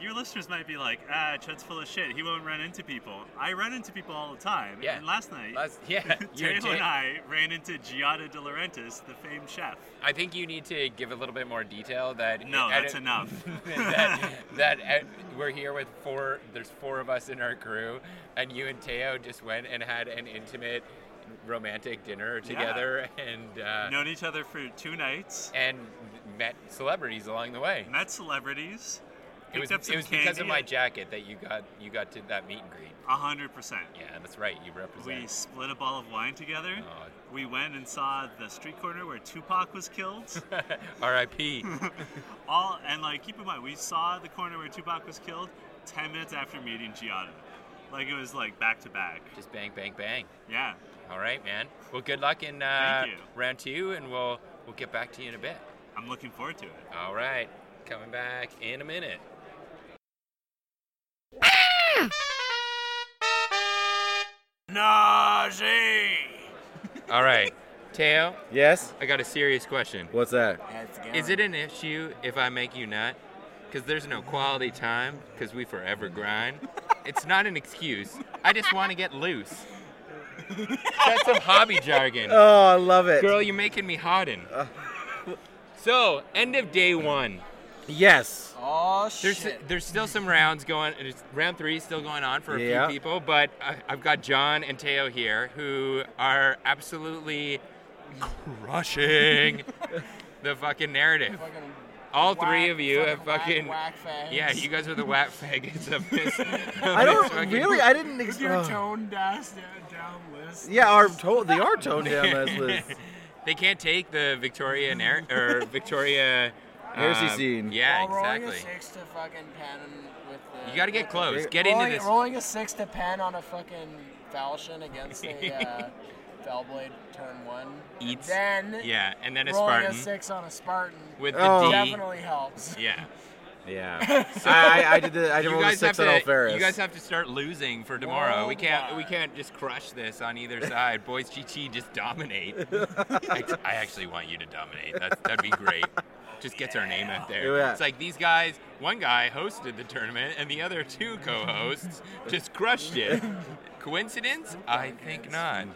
Speaker 4: your listeners might be like, ah, Chet's full of shit. He won't run into people. I run into people all the time.
Speaker 6: Yeah.
Speaker 4: And last night,
Speaker 6: Last, yeah. you
Speaker 4: Taylor
Speaker 6: did.
Speaker 4: and I ran into Giada De Laurentiis, the famed chef.
Speaker 6: I think you need to give a little bit more detail that
Speaker 4: No,
Speaker 6: I
Speaker 4: that's
Speaker 6: don't-
Speaker 4: enough.
Speaker 6: that that uh, we're here with four. There's four of us in our crew, and you and Teo just went and had an intimate, romantic dinner together, and uh,
Speaker 4: Known each other for two nights.
Speaker 6: and met celebrities along the way.
Speaker 4: Met celebrities.
Speaker 6: It was
Speaker 4: picked up some
Speaker 6: it was because of my jacket that you got you got to that meet and greet.
Speaker 4: hundred percent.
Speaker 6: Yeah, that's right. You
Speaker 4: We
Speaker 6: represent.
Speaker 4: split a bottle of wine together.
Speaker 6: Aw.
Speaker 4: We went and saw the street corner where Tupac was killed.
Speaker 6: R.I.P.
Speaker 4: All and like keep in mind, we saw the corner where Tupac was killed ten minutes after meeting Giada. Like it was like back to back.
Speaker 6: just bang, bang, bang.
Speaker 4: Yeah.
Speaker 6: All right, man. Well, good luck in uh,
Speaker 4: Thank you.
Speaker 6: round two, and we'll we'll get back to you in a bit.
Speaker 4: I'm looking forward to it.
Speaker 6: All right, coming back in a minute. All right, Teo,
Speaker 1: Yes.
Speaker 6: I got a serious question.
Speaker 1: What's that?
Speaker 6: Is it an issue if I make you nut? Because there's no quality time, because we forever grind. It's not an excuse. I just want to get loose. That's some hobby jargon.
Speaker 4: Uh,
Speaker 1: Oh, I love it.
Speaker 6: Girl, you're making me harden. So, end of day one.
Speaker 1: Yes.
Speaker 8: Oh
Speaker 6: There's
Speaker 8: shit!
Speaker 6: there's still some rounds going. It's, round three is still going on for a
Speaker 1: Yeah.
Speaker 6: few people, but I, I've got John and Teo here who are absolutely crushing the fucking narrative.
Speaker 8: Fucking
Speaker 6: All three
Speaker 8: whack-
Speaker 6: of you have fucking.
Speaker 8: whack, whack fags.
Speaker 6: yeah, you guys are the whack faggots of this. of
Speaker 1: I
Speaker 6: this
Speaker 1: don't
Speaker 6: fucking-
Speaker 1: really. I didn't. Ex-
Speaker 8: With your
Speaker 1: oh.
Speaker 8: tone dash down, down list.
Speaker 1: Yeah, our to- they are toned down this list.
Speaker 6: They can't take the Victoria nar- or Victoria. um,
Speaker 1: Heresy scene.
Speaker 6: Yeah,
Speaker 8: While rolling
Speaker 6: exactly.
Speaker 8: a six to fucking pen with the.
Speaker 6: You got to get
Speaker 8: with
Speaker 6: close.
Speaker 1: They-
Speaker 8: the-
Speaker 6: Get into
Speaker 8: rolling,
Speaker 6: this.
Speaker 8: Rolling a six to pen on a fucking falchion against a uh, Fellblade turn one.
Speaker 6: Eats.
Speaker 8: And then
Speaker 6: Yeah, and then a
Speaker 8: rolling
Speaker 6: Spartan
Speaker 8: a six on a Spartan
Speaker 6: with
Speaker 1: Oh.
Speaker 6: the D.
Speaker 8: definitely helps.
Speaker 6: Yeah.
Speaker 1: Yeah. I, I- I did. The, I did
Speaker 6: You
Speaker 1: roll a
Speaker 6: guys, have
Speaker 1: six on
Speaker 6: to,
Speaker 1: Alferis.
Speaker 6: you guys have to start losing for tomorrow. We
Speaker 8: Oh
Speaker 6: can't we
Speaker 8: Worldwide.
Speaker 6: can't just crush this on either side. Boys GT just dominate. I, I actually want you to dominate. That's, that'd be great. Just gets our name out there.
Speaker 1: Yeah.
Speaker 6: It's like these guys. One guy hosted the tournament, and the other two co-hosts just crushed it. Coincidence? I think not.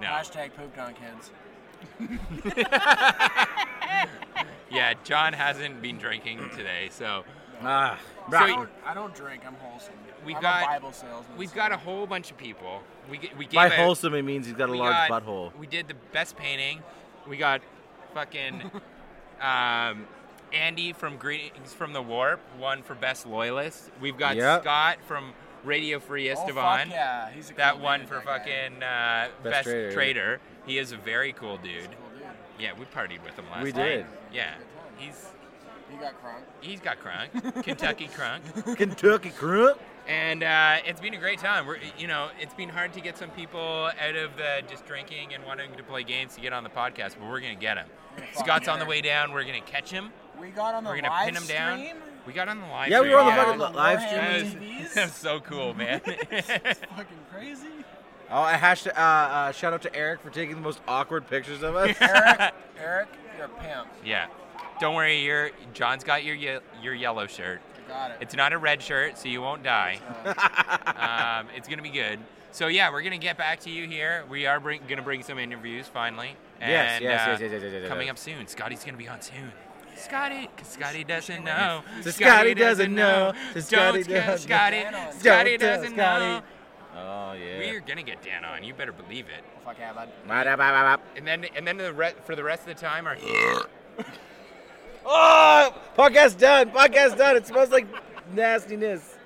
Speaker 6: No.
Speaker 8: Hashtag pooped on kids.
Speaker 6: Yeah, John hasn't been drinking today, so
Speaker 1: Ah,
Speaker 6: So-
Speaker 8: I don't, I don't drink. I'm wholesome.
Speaker 6: We've
Speaker 8: I'm
Speaker 6: got-
Speaker 8: a Bible salesman.
Speaker 6: we've
Speaker 8: so-
Speaker 6: got a whole bunch of people. We g- we gave
Speaker 1: by
Speaker 6: out-
Speaker 1: wholesome it means he's got a
Speaker 6: We
Speaker 1: large
Speaker 6: got-
Speaker 1: butthole.
Speaker 6: We did the best painting. We got fucking um, Andy from Greetings from the Warp won for Best Loyalist. We've got
Speaker 5: Yep.
Speaker 6: Scott from Radio Free
Speaker 9: Oh, fuck
Speaker 6: Estevan.
Speaker 9: yeah, he's a
Speaker 6: That
Speaker 9: cool
Speaker 6: one
Speaker 9: dude,
Speaker 6: for
Speaker 9: that guy.
Speaker 6: fucking uh,
Speaker 5: Best
Speaker 6: Best,
Speaker 5: Trader.
Speaker 6: trader. He is a very cool dude.
Speaker 9: Cool dude.
Speaker 6: Yeah, we partied with him last
Speaker 5: We
Speaker 6: night.
Speaker 5: did.
Speaker 6: Yeah. He's
Speaker 9: You got crunk.
Speaker 6: he's got crunk. Kentucky crunk.
Speaker 5: Kentucky Crump.
Speaker 6: And uh, it's been a great time. We're, you know, it's been hard to get some people out of the just drinking and wanting to play games to get on the podcast, but we're gonna get them. Scott's on the way down. We're gonna catch him.
Speaker 9: We got on the
Speaker 6: We're gonna
Speaker 9: live
Speaker 6: pin him down.
Speaker 9: stream.
Speaker 6: We got on the live.
Speaker 5: Yeah, we
Speaker 6: stream.
Speaker 5: were on the
Speaker 9: Yeah,
Speaker 5: fucking
Speaker 9: the
Speaker 5: live
Speaker 9: Warhammer
Speaker 5: stream.
Speaker 9: TVs.
Speaker 6: That was so cool, man.
Speaker 9: fucking crazy.
Speaker 5: Oh, I hashed, uh, uh, shout out to Eric for taking the most awkward pictures of us.
Speaker 9: Eric, Eric, you're a pimp.
Speaker 6: yeah. Don't worry, your John's got your ye- your yellow shirt.
Speaker 9: I got it.
Speaker 6: It's not a red shirt, so you won't die. um, it's gonna be good. So yeah, we're gonna get back to you here. We are bring, gonna bring some interviews finally.
Speaker 5: Yes,
Speaker 6: And,
Speaker 5: yes,
Speaker 6: uh,
Speaker 5: yes, yes, yes, yes, yes,
Speaker 6: Coming
Speaker 5: yes.
Speaker 6: up soon. Scotty's gonna be on soon. Scotty, 'cause Scotty doesn't know.
Speaker 5: So Scotty doesn't know. So Scotty
Speaker 6: Don't scare
Speaker 5: doesn't-
Speaker 6: Scotty.
Speaker 9: Don't tell
Speaker 6: Scotty doesn't
Speaker 5: Scotty.
Speaker 6: know.
Speaker 5: Oh yeah.
Speaker 6: We are gonna get Dan on. You better believe it.
Speaker 9: Fuck yeah, bud.
Speaker 5: Ba-da-ba-ba-ba.
Speaker 6: And then, and then the re- for the rest of the time, our
Speaker 5: Oh, podcast done. Podcast done. It smells like nastiness.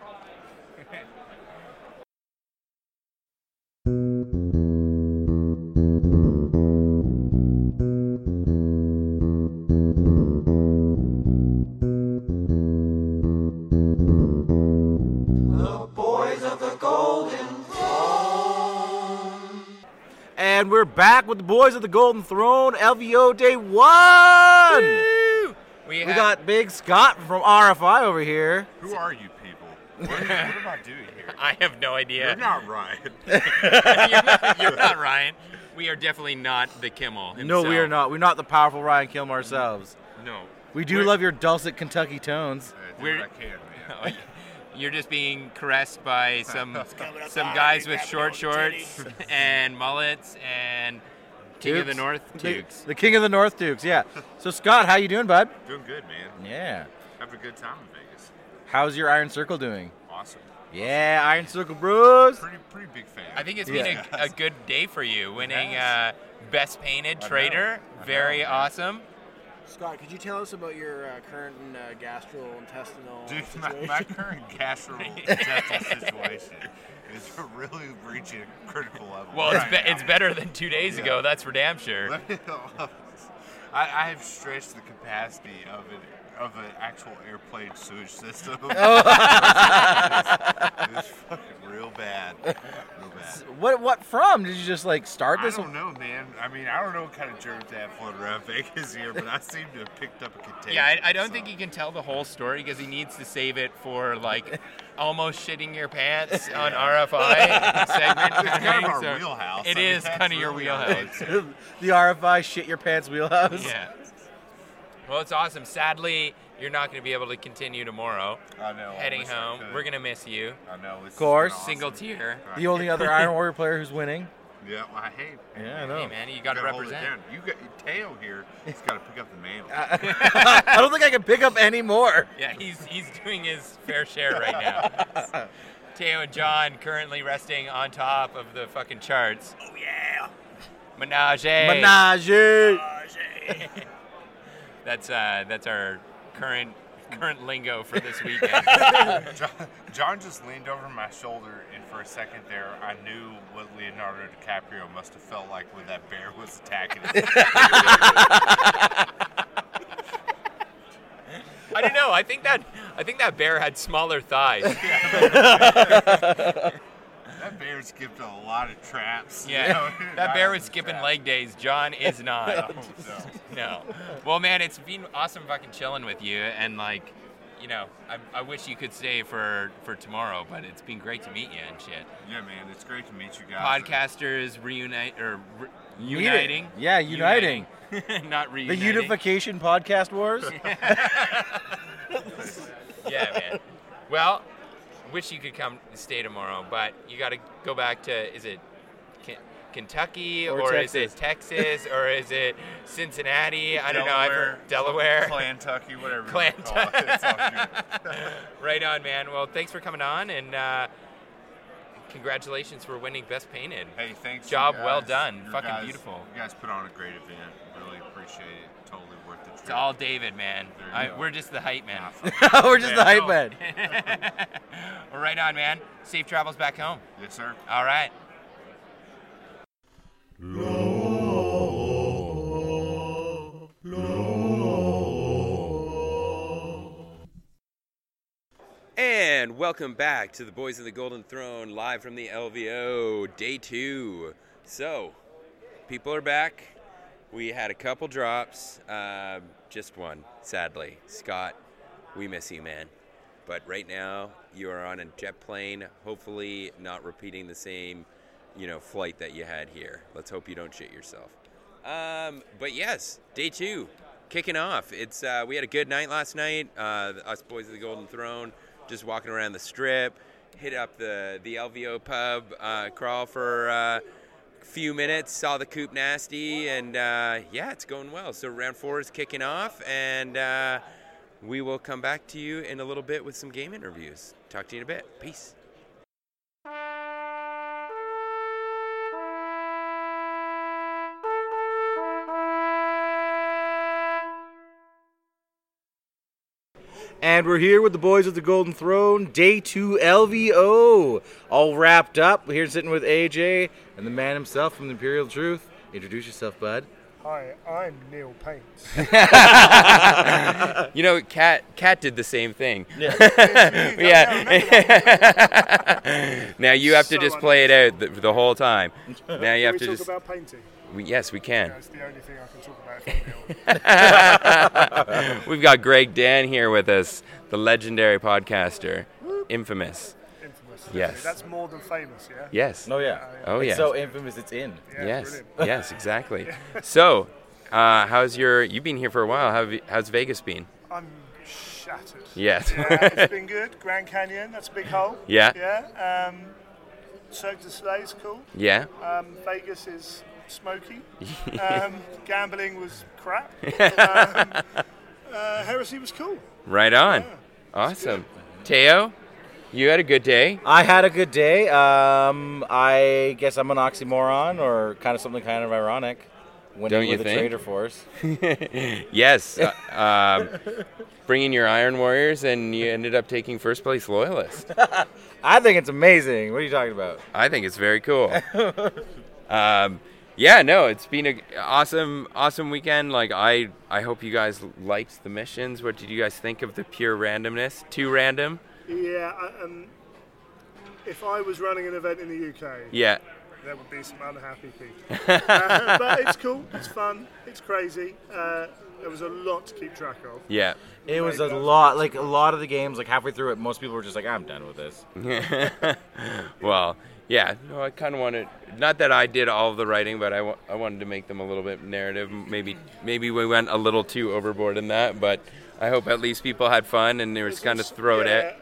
Speaker 5: And we're back with the boys of the Golden Throne, LVO Day One.
Speaker 6: we,
Speaker 5: We
Speaker 6: have,
Speaker 5: got Big Scott from RFI over here.
Speaker 10: Who are you people? What, what am I doing here?
Speaker 6: I have no idea.
Speaker 10: You're not right.
Speaker 6: you're, not, you're not Ryan. We are definitely not the Kimmel.
Speaker 5: No, we are
Speaker 6: himself.
Speaker 5: not. We're not the powerful Ryan Kilmer ourselves.
Speaker 10: No.
Speaker 5: We do
Speaker 6: We're-
Speaker 5: love your dulcet Kentucky tones.
Speaker 10: Uh,
Speaker 6: We're-
Speaker 10: We're, I can, man.
Speaker 6: Oh, You're just being caressed by some some guys with short shorts and mullets and King of the
Speaker 5: Dukes.
Speaker 6: North
Speaker 5: The,
Speaker 6: dukes.
Speaker 5: the King of the North Dukes, yeah. So Scott, how you doing, bud?
Speaker 10: Doing good, man.
Speaker 5: Yeah.
Speaker 10: Having a good time in Vegas.
Speaker 5: How's your Iron Circle doing?
Speaker 10: Awesome.
Speaker 5: Yeah, Iron Circle Bros.
Speaker 10: Pretty, pretty big fan.
Speaker 6: I think it's been
Speaker 5: Yeah.
Speaker 6: a, a good day for you, winning uh,
Speaker 10: has.
Speaker 6: Best Painted
Speaker 10: know.
Speaker 6: Trader.
Speaker 10: I know,
Speaker 6: Very
Speaker 10: man.
Speaker 6: awesome.
Speaker 9: Scott, could you tell us about your uh, current uh, gastrointestinal
Speaker 10: Dude, my,
Speaker 9: situation?
Speaker 10: my current gastrointestinal situation is really reaching a critical level.
Speaker 6: Well, it's
Speaker 10: right
Speaker 6: be-
Speaker 10: now.
Speaker 6: it's better than two days
Speaker 10: Yeah.
Speaker 6: ago. That's for damn sure.
Speaker 10: Let me know. I, I have stretched the capacity of an of an actual airplane sewage system. it's, it's fucking real bad. Real bad.
Speaker 5: What what from? Did you just like start
Speaker 10: I
Speaker 5: this?
Speaker 10: don't know, man. I mean, I don't know what kind of germs they have floating around Vegas here, but I seem to have picked up a contagion.
Speaker 6: Yeah, I, I don't think
Speaker 10: so.
Speaker 6: he can tell the whole story because he needs to save it for like almost shitting your pants on RFI segment.
Speaker 10: It's kind of our
Speaker 6: So
Speaker 10: wheelhouse.
Speaker 6: It
Speaker 10: I mean,
Speaker 6: is
Speaker 10: that's
Speaker 6: kind of your
Speaker 10: really
Speaker 6: wheelhouse.
Speaker 10: our-
Speaker 5: the RFI shit your pants wheelhouse.
Speaker 6: yeah. Well, it's awesome. Sadly, you're not going to be able to continue tomorrow.
Speaker 10: I know. Oh, I
Speaker 6: Heading
Speaker 10: wish I
Speaker 6: home,
Speaker 10: could.
Speaker 6: we're going to miss you.
Speaker 10: I know. Of
Speaker 5: course.
Speaker 6: Single tier.
Speaker 5: The only other Iron Warrior player who's winning.
Speaker 10: Yeah. Well, hey.
Speaker 5: Yeah, I
Speaker 6: Hey
Speaker 5: know.
Speaker 6: man, you got to
Speaker 10: gotta hold it
Speaker 6: represent.
Speaker 10: down. You got your tail here. He's got to pick up the mail.
Speaker 5: Uh, I don't think I can pick up any more.
Speaker 6: Yeah, he's he's doing his fair share right now. Teo and John currently resting on top of the fucking charts. Oh yeah. Menage. a.
Speaker 5: Menage.
Speaker 6: Uh, That's uh, that's our current current lingo for this weekend.
Speaker 10: John, John just leaned over my shoulder, and for a second there, I knew what Leonardo DiCaprio must have felt like when that bear was attacking him.
Speaker 6: I don't know. I think that I think that bear had smaller thighs.
Speaker 10: that bear skipped a lot of traps. you
Speaker 6: Yeah,
Speaker 10: know?
Speaker 6: that bear
Speaker 10: I
Speaker 6: was
Speaker 10: was
Speaker 6: skipping
Speaker 10: trapped.
Speaker 6: leg days. John is not.
Speaker 10: Oh, no.
Speaker 6: No. Well, man, it's been awesome fucking chilling with you, and like, you know, I, I wish you could stay for for tomorrow, but it's been great to meet you and shit.
Speaker 10: Yeah, man, it's great to meet you guys.
Speaker 6: Podcasters reunite or re-
Speaker 5: Meet it.
Speaker 6: uniting.
Speaker 5: Yeah, uniting.
Speaker 6: not
Speaker 5: The
Speaker 6: reuniting.
Speaker 5: Unification Podcast Wars.
Speaker 6: yeah, man. Well, wish you could come stay tomorrow, but you got to go back to is it Ken- Kentucky
Speaker 5: Or
Speaker 6: or, is it Texas or is it Cincinnati? I don't know. I've heard Delaware.
Speaker 10: Clantucky, whatever. you wanna call it. It's all good.
Speaker 6: Right on, man. Well, thanks for coming on, and uh, congratulations for winning Best Painted.
Speaker 10: Hey, thanks. you
Speaker 6: Job well
Speaker 10: guys.
Speaker 6: done.
Speaker 10: You
Speaker 6: Fucking
Speaker 10: guys-
Speaker 6: beautiful.
Speaker 10: You guys put on a great event. Really appreciate it. Totally worth the trip.
Speaker 6: It's all David, man.
Speaker 10: There you
Speaker 6: I,
Speaker 10: go.
Speaker 6: we're just the hype man.
Speaker 10: Nah, fuck.
Speaker 5: We're just the
Speaker 6: Yeah.
Speaker 5: hype man.
Speaker 6: well, right on, man. Safe travels back home.
Speaker 10: yes, sir.
Speaker 6: All right. And welcome back to the Boys of the Golden Throne, live from the LVO, day two. So, people are back. We had a couple drops, uh, just one, sadly. Scott, we miss you, man. But right now, you are on a jet plane, hopefully not repeating the same, you know, flight that you had here. Let's hope you don't shit yourself. Um, but yes, day two, kicking off. It's uh, we had a good night last night. Uh, us boys of the Golden Throne, just walking around the strip, hit up the the LVO pub, uh, crawl for. Uh, few minutes, saw the coop nasty, and uh, yeah, it's going well. So round four is kicking off, and uh, we will come back to you in a little bit with some game interviews. Talk to you in a bit. Peace.
Speaker 5: And we're here with the boys of the Golden Throne, day two LVO, all wrapped up. We're here sitting with AJ and the man himself from the Imperial Truth. Introduce yourself, bud.
Speaker 9: Hi, I'm Neil Paints.
Speaker 6: You know, Cat Cat did the same thing. Yeah. now you have to
Speaker 9: So
Speaker 6: just play it out the, the whole time. Now you have
Speaker 9: we
Speaker 6: to
Speaker 9: talk
Speaker 6: just.
Speaker 9: about painting.
Speaker 6: we- yes, we can.
Speaker 9: That's the only thing I can talk about. From Neil.
Speaker 6: We've got Greg Dan here with us, the legendary podcaster, infamous.
Speaker 9: Infamous.
Speaker 6: Yes.
Speaker 9: That's more than famous. Yeah.
Speaker 6: Yes.
Speaker 5: Oh yeah.
Speaker 6: Oh
Speaker 5: It's
Speaker 6: yes.
Speaker 5: so infamous it's in.
Speaker 9: Yeah,
Speaker 6: yes.
Speaker 9: brilliant.
Speaker 6: Yes. Exactly. So, uh, how's your? You've been here for a while. How have you, how's Vegas been?
Speaker 9: I'm shattered.
Speaker 6: Yes.
Speaker 9: yeah, Uh, it's been good. Grand Canyon, that's a big hole.
Speaker 6: Yeah.
Speaker 9: Yeah. Um, Cirque du Soleil's cool.
Speaker 6: Yeah.
Speaker 9: Um, Vegas is smoky. Um, gambling was crap. Um, uh, Heresy was cool.
Speaker 6: Right on. Awesome. Teo, you had a good day.
Speaker 5: I had a good day. Um, I guess I'm an oxymoron or kind of something kind of ironic. Winning
Speaker 6: Don't you
Speaker 5: with a
Speaker 6: think?
Speaker 5: traitor force.
Speaker 6: Yes. Uh, um, bringing your Iron Warriors, and you ended up taking first place Loyalist.
Speaker 5: I think it's amazing. What are you talking about?
Speaker 6: I think it's very cool. um, yeah, no, it's been a awesome, awesome weekend. Like I, I hope you guys liked the missions. What did you guys think of the pure randomness? Too random?
Speaker 9: Yeah. I- Um, if I was running an event in the UK,
Speaker 6: Yeah,
Speaker 9: there would be some unhappy people. Uh, but it's cool, it's fun, it's crazy. Uh, there was a lot to keep track of.
Speaker 6: yeah.
Speaker 5: It was a lot, like a lot of the games, like halfway through it, most people were just like, I'm done with this.
Speaker 6: Well, yeah. No, I kind of wanted. Not that I did all of the writing, but I wa- I wanted to make them a little bit narrative. Maybe, maybe we went a little too overboard in that, but I hope at least people had fun and they were just kind of throw it at.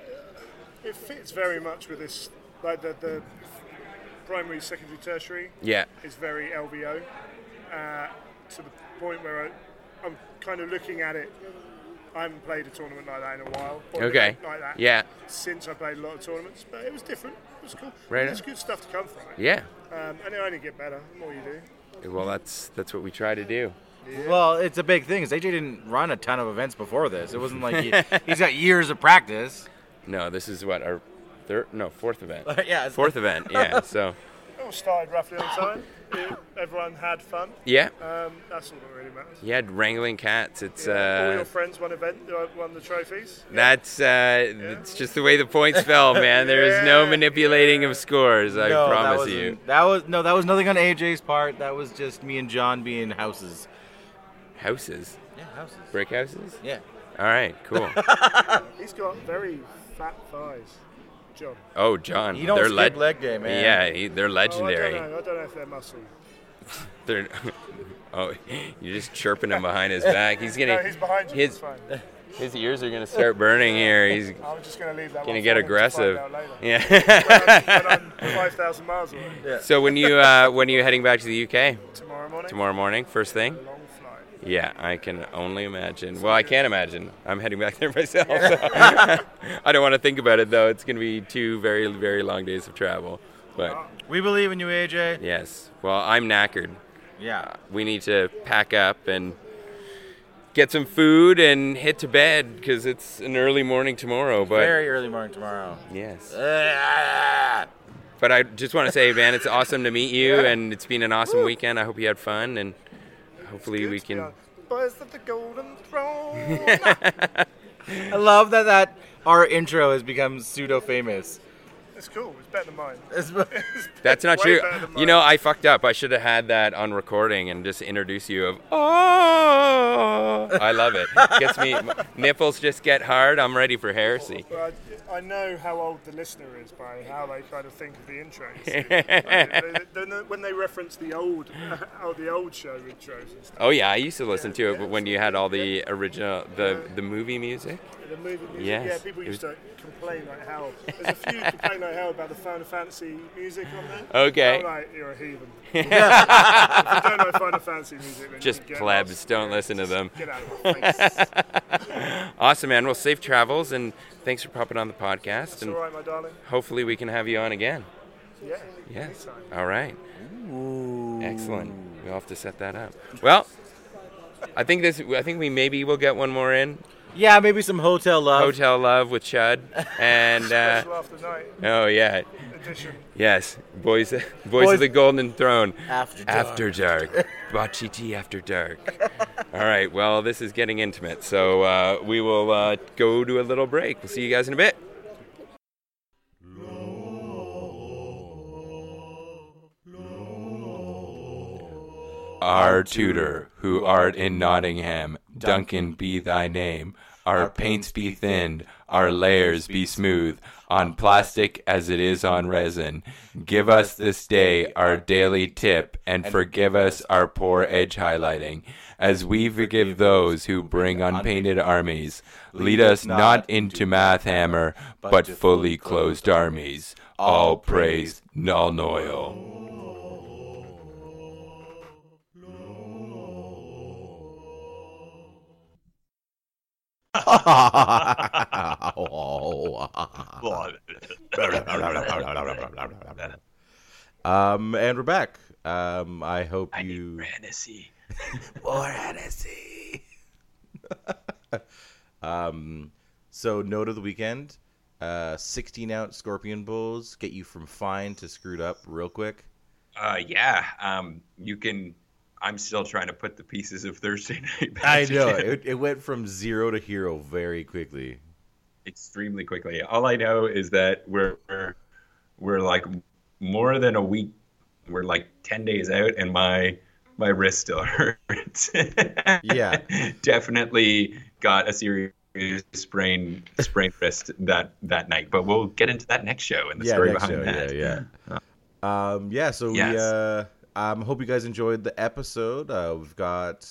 Speaker 9: Yeah, It fits very much with this, like the, the primary, secondary, tertiary
Speaker 6: Yeah,
Speaker 9: is very LVO uh, to the point where I, I'm kind of looking at it. I haven't played a tournament like that in a while. or an
Speaker 6: Okay.
Speaker 9: event Like that.
Speaker 6: Yeah.
Speaker 9: Since I played a lot of tournaments, but it was different. It was cool.
Speaker 6: Right
Speaker 9: There's
Speaker 6: on.
Speaker 9: good stuff to come from it.
Speaker 6: yeah.
Speaker 9: Um, and it only get better the more you do.
Speaker 6: Well, that's that's what we try to do.
Speaker 5: Well, it's a big thing. Is AJ didn't run a ton of events before this. It wasn't like he, he's got years of practice.
Speaker 6: No, this is what our third, no, fourth event.
Speaker 5: Yeah, it's-
Speaker 6: fourth event. Yeah. So,
Speaker 9: It all started roughly on time. It- everyone had fun.
Speaker 6: yeah,
Speaker 10: Uh,
Speaker 9: Um, that's all that really matters.
Speaker 6: yeah, wrangling cats. It's
Speaker 9: all
Speaker 6: uh,
Speaker 9: your friends won event, uh, won the trophies.
Speaker 6: that's uh, it's just the way the points fell, man. There is no
Speaker 9: Yeah,
Speaker 6: manipulating of scores.
Speaker 5: No,
Speaker 6: I
Speaker 5: that
Speaker 6: promise
Speaker 5: wasn't-
Speaker 6: you.
Speaker 5: That was no, that was nothing on AJ's part. That was just me and John being houses.
Speaker 6: Houses,
Speaker 5: Yeah, houses.
Speaker 6: brick houses.
Speaker 5: Yeah.
Speaker 6: All right, cool.
Speaker 9: He's got very fat thighs, John.
Speaker 6: Oh, John,
Speaker 5: You don't
Speaker 6: they're
Speaker 5: skip
Speaker 6: leg.
Speaker 5: leg day, man.
Speaker 6: Yeah, he, they're
Speaker 9: Oh, I
Speaker 6: legendary.
Speaker 9: don't know. I don't know if they're muscle.
Speaker 6: They're, oh, you're just chirping him behind his back. He's gonna.
Speaker 9: No, he's behind you.
Speaker 6: His
Speaker 9: It's fine.
Speaker 6: his ears are gonna start burning here. He's
Speaker 9: I'm just going to leave that.
Speaker 6: gonna
Speaker 9: one
Speaker 6: get
Speaker 9: for him to find
Speaker 6: aggressive.
Speaker 9: out later.
Speaker 6: Yeah.
Speaker 9: When I'm, when I'm 5,000 miles away
Speaker 6: so when you uh, when are you heading back to the UK?
Speaker 9: tomorrow morning.
Speaker 6: Tomorrow morning, first thing.
Speaker 9: Long flight.
Speaker 6: Yeah, I can only imagine. Well, I can't imagine. I'm heading back there myself. so. I don't want to think about it though. It's going to be two very, very long days of travel. But
Speaker 5: We believe in you, AJ.
Speaker 6: yes, well, I'm knackered.
Speaker 5: Yeah.
Speaker 6: We need to pack up and get some food and hit to bed because it's an early morning tomorrow. But
Speaker 5: Very early morning tomorrow.
Speaker 6: yes.
Speaker 5: Ah!
Speaker 6: But I just want to say, man, it's awesome to meet you, and it's been an awesome weekend. I hope you had fun, and hopefully we can.
Speaker 9: Boys of the Golden Throne.
Speaker 5: I love that that our intro has become pseudo famous.
Speaker 9: it's cool. It's better than mine.
Speaker 6: That's not
Speaker 9: Way
Speaker 6: true.
Speaker 9: better than
Speaker 6: You
Speaker 9: mine.
Speaker 6: know, I fucked up. I should have had that on recording and just introduce you of oh, I love it. Gets me nipples just get hard. I'm ready for heresy.
Speaker 9: But I, I know how old the listener is by how they kind of think of the intros. They- they- they- when they reference the old, oh, the old show intros and stuff,
Speaker 6: Oh yeah, I used to listen to it but when you had all the original the the movie music.
Speaker 9: the movie music,
Speaker 6: Yes.
Speaker 9: yeah, people
Speaker 6: It
Speaker 9: used
Speaker 6: was-
Speaker 9: to complain like hell. There's a few complain like hell about the Final Fantasy music on there.
Speaker 6: Okay.
Speaker 9: I'm like, you're a heathen. if you don't know Final Fantasy music, then
Speaker 6: Just
Speaker 9: you get
Speaker 6: plebs,
Speaker 9: lost.
Speaker 6: don't
Speaker 9: Yeah,
Speaker 6: listen to
Speaker 9: just
Speaker 6: them.
Speaker 9: Get out of my face.
Speaker 6: Awesome, man. Well, safe travels and thanks for popping on the podcast
Speaker 9: It's all
Speaker 6: and
Speaker 9: right, my darling.
Speaker 6: hopefully we can have you on again.
Speaker 9: Yeah.
Speaker 6: Yes.
Speaker 9: Anytime.
Speaker 6: All right. Excellent. We'll have to set that up. Well, I think this. I think we maybe will get one more in.
Speaker 5: Yeah, maybe some hotel love.
Speaker 6: Hotel Love with Chud. And uh,
Speaker 9: Special after night
Speaker 6: oh yeah,
Speaker 9: edition.
Speaker 6: yes, boys, boys, of the Golden Throne.
Speaker 5: After dark.
Speaker 6: After dark, bocce tea after dark. All right. Well, this is getting intimate, so uh, we will uh, go to a little break. We'll see you guys in a bit. Our tutor, who art in Nottingham, Duncan be thy name. Our paints be thinned, our layers be smooth, on plastic as it is on resin. Give us this day our daily tip, and forgive us our poor edge highlighting, as we forgive those who bring unpainted armies. Lead us not into math hammer, but fully closed armies. All praise Null Noil.
Speaker 1: um, and we're back. Um, I hope you.
Speaker 2: Hennessy.
Speaker 1: More Hennessy. um, so note of the weekend: uh, sixteen ounce Scorpion Bulls get you from fine to screwed up real quick.
Speaker 2: Uh, yeah. Um, you can. I'm still trying to put the pieces of Thursday night. Back
Speaker 1: I know
Speaker 2: together
Speaker 1: it, it went from zero to hero very quickly.
Speaker 2: extremely quickly. All I know is that we're we're, we're like more than a week. We're like ten days out, and my my wrist still hurts.
Speaker 1: Yeah.
Speaker 2: definitely got a serious sprain sprain wrist that that night. But we'll get into that next show and the
Speaker 1: yeah,
Speaker 2: story
Speaker 1: next
Speaker 2: behind
Speaker 1: show,
Speaker 2: that.
Speaker 1: Yeah, yeah. Um, yeah. So we
Speaker 2: Yes.
Speaker 1: uh, um, hope you guys enjoyed the episode. Uh, we've got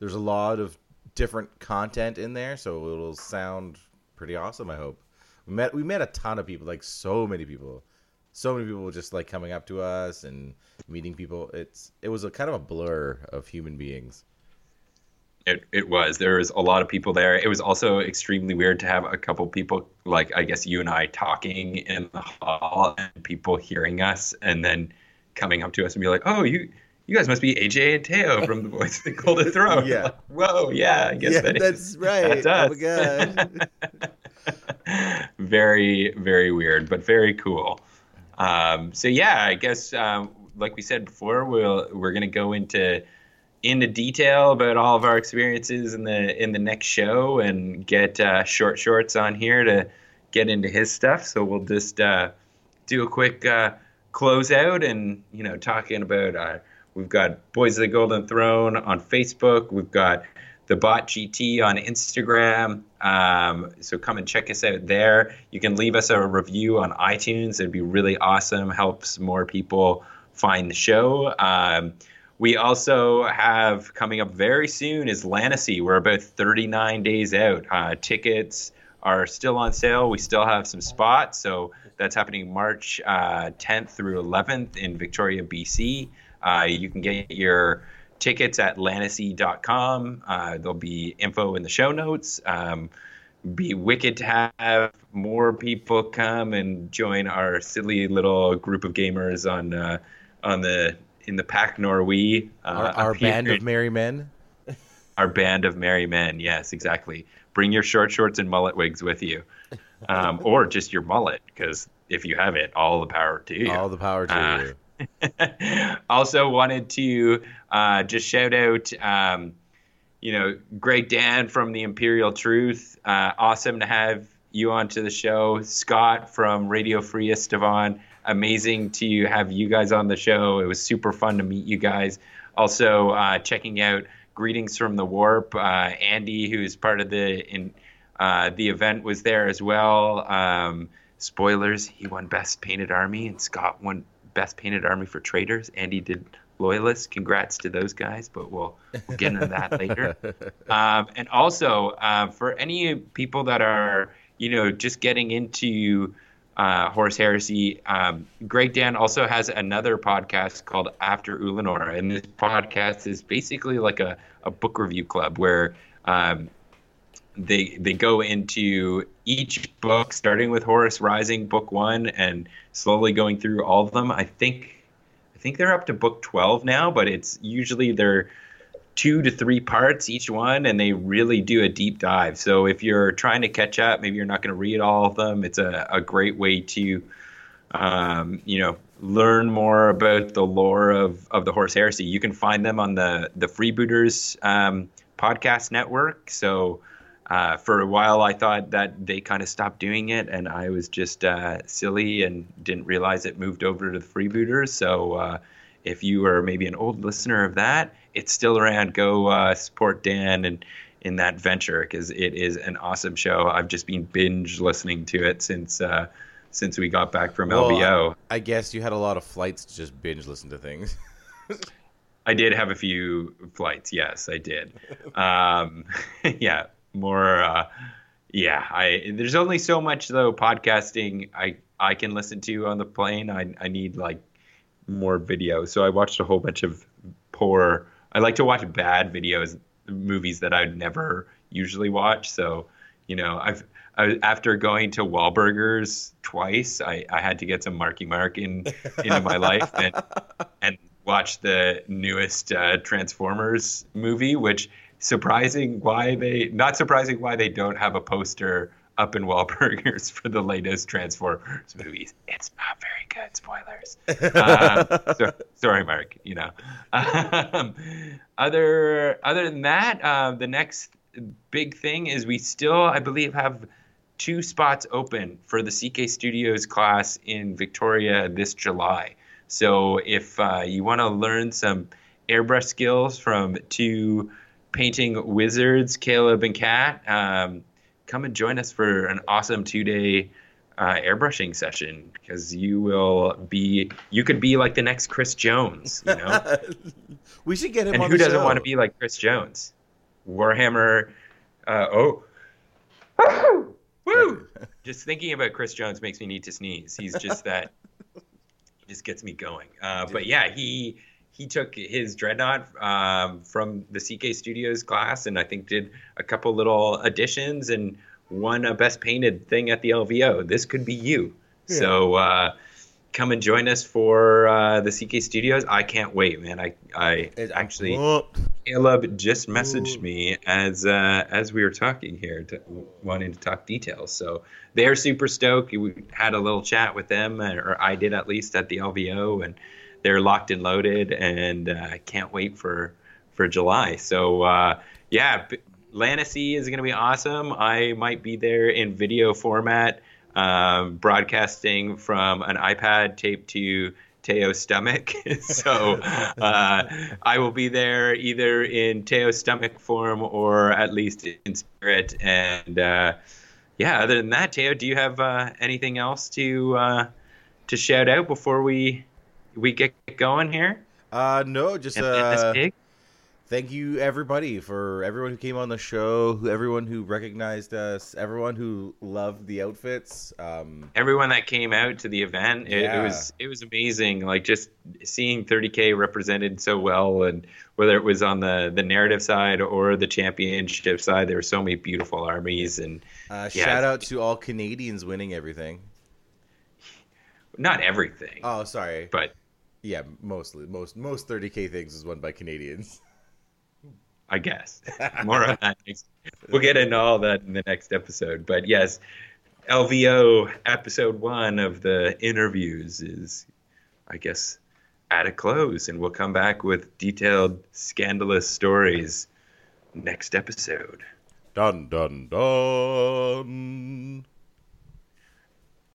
Speaker 1: there's a lot of different content in there, so it'll sound pretty awesome. I hope we met we met a ton of people, like so many people, so many people just like coming up to us and meeting people. It's it was a kind of a blur of human beings.
Speaker 2: It, it was. There was a lot of people there. It was also extremely weird to have a couple people, like I guess you and I, talking in the hall and people hearing us and then coming up to us and be like, oh, you you guys must be AJ and Teo from The Voice of the Golden Throne.
Speaker 1: Yeah.
Speaker 2: Like, Whoa, yeah, I guess
Speaker 1: yeah,
Speaker 2: that
Speaker 1: that's
Speaker 2: is-
Speaker 1: right.
Speaker 2: that's us.
Speaker 1: Oh my god.
Speaker 2: very, very weird, but very cool. Um, so yeah, I guess um, like we said before, we'll we're gonna go into into detail about all of our experiences in the in the next show and get uh, short shorts on here to get into his stuff. So we'll just uh, do a quick uh, close out and you know talking about uh, we've got Boys of the Golden Throne on Facebook. We've got the Bot GT on Instagram. Um, so come and check us out there. You can leave us a review on iTunes. It'd be really awesome. Helps more people find the show. Um, we also have coming up very soon is Lanacy. We're about 39 days out. Uh, tickets are still on sale. We still have some spots. So that's happening March uh, 10th through 11th in Victoria, BC. Uh, you can get your tickets at lanacy.com. Uh, there'll be info in the show notes. Um, be wicked to have more people come and join our silly little group of gamers on uh, on the in the pack Norwee. Uh,
Speaker 1: Our, our
Speaker 2: up here
Speaker 1: band of merry men.
Speaker 2: our band of merry men. Yes, exactly. Bring your short shorts and mullet wigs with you, um, or just your mullet, because if you have it, all the power to you.
Speaker 1: All the power to
Speaker 2: Ah.
Speaker 1: you.
Speaker 2: also wanted to uh, just shout out, um, you know, Greg Dan from the Imperial Truth. Uh, awesome to have you onto the show. Scott from Radio Free Estevan. Amazing to have you guys on the show. It was super fun to meet you guys. Also uh, checking out Greetings from the Warp. Uh, Andy, who's part of the in, uh, the event, was there as well. Um, spoilers: he won Best Painted Army, and Scott won Best Painted Army for Traitors. Andy did Loyalists. Congrats to those guys, but we'll, we'll get into that later. Um, and also, uh, for any people that are, you know, just getting into uh, Horse Heresy, um, Greg Dan also has another podcast called After Ulanor. And this podcast is basically like a, a book review club where um, they they go into each book, starting with Horus Rising, book one, and slowly going through all of them. I think I think they're up to book twelve now, but it's usually they're two to three parts each one, and they really do a deep dive. So if you're trying to catch up, maybe you're not going to read all of them. It's a, a great way to um, you know learn more about the lore of, of the horse heresy you can find them on the the freebooters um, podcast network so uh, for a while i thought that they kind of stopped doing it and i was just uh, silly and didn't realize it moved over to the freebooters so uh, if you are maybe an old listener of that it's still around go uh, support dan and in that venture because it is an awesome show i've just been binge listening to it since uh, since we got back from
Speaker 1: Well,
Speaker 2: lbo
Speaker 1: I guess you had a lot of flights to just binge listen to things.
Speaker 2: I did have a few flights. Yes, I did. Um, yeah, more. Uh, yeah, I. There's only so much though podcasting I I can listen to on the plane. I I need like more video. So I watched a whole bunch of poor. I like to watch bad videos, movies that I'd never usually watch. So you know, I've. I, after going to Wahlburgers twice, I, I had to get some Marky Mark in into my life, and and watch the newest uh, Transformers movie, which surprising why they not surprising why they don't have a poster up in Wahlburgers for the latest Transformers movies. It's not very good. Spoilers. Um, so- sorry, Mark. You know. Um, other other than that, uh, the next big thing is we still, I believe, have two spots open for the CK Studios class in Victoria this July. So if uh, you want to learn some airbrush skills from two painting wizards, Caleb and Kat, um, come and join us for an awesome two-day uh, airbrushing session because you will be you could be like the next Chris Jones, you know.
Speaker 1: we should get him
Speaker 2: and
Speaker 1: on
Speaker 2: who
Speaker 1: the
Speaker 2: doesn't
Speaker 1: show.
Speaker 2: want to be like Chris Jones? Warhammer. Uh, oh. Woo! Just thinking about Chris Jones makes me need to sneeze. He's just that. just gets me going. Uh, but yeah, he he took his dreadnought um, from the CK Studios class, and I think did a couple little additions and won a best painted thing at the LVO. This could be you. So. Uh, Come and join us for uh, the CK Studios. I can't wait, man. I, I
Speaker 1: It-
Speaker 2: actually
Speaker 1: Oh,
Speaker 2: Caleb just messaged me as uh, as we were talking here, to, wanting to talk details. So they're super stoked. We had a little chat with them, uh, or I did at least at the LVO, and they're locked and loaded, and uh, can't wait for for July. So uh, yeah, B- Lanasi is going to be awesome. I might be there in video format, um, broadcasting from an iPad taped to Teo's stomach. so uh, I will be there either in Teo's stomach form or at least in spirit. And uh, yeah, other than that, Teo, do you have uh, anything else to uh, to shout out before we we get going here?
Speaker 1: Uh, no, just
Speaker 2: And- and this
Speaker 1: uh,
Speaker 2: gig?
Speaker 1: thank you everybody for everyone who came on the show, who everyone who recognized us, everyone who loved the outfits. Um,
Speaker 2: everyone that came out to the event it, it
Speaker 1: Yeah.
Speaker 2: was it was amazing like just seeing 30k represented so well and whether it was on the the narrative side or the championship side there were so many beautiful armies and
Speaker 1: uh,
Speaker 2: Yeah.
Speaker 1: Shout out to all Canadians winning everything.
Speaker 2: not everything
Speaker 1: Oh, sorry.
Speaker 2: but
Speaker 1: yeah, mostly most most 30k things is won by Canadians.
Speaker 2: I guess. More on that. Next. We'll get into all that in the next episode. But yes, LVO episode one of the interviews is, I guess, at a close, and we'll come back with detailed scandalous stories next episode.
Speaker 1: Dun dun dun.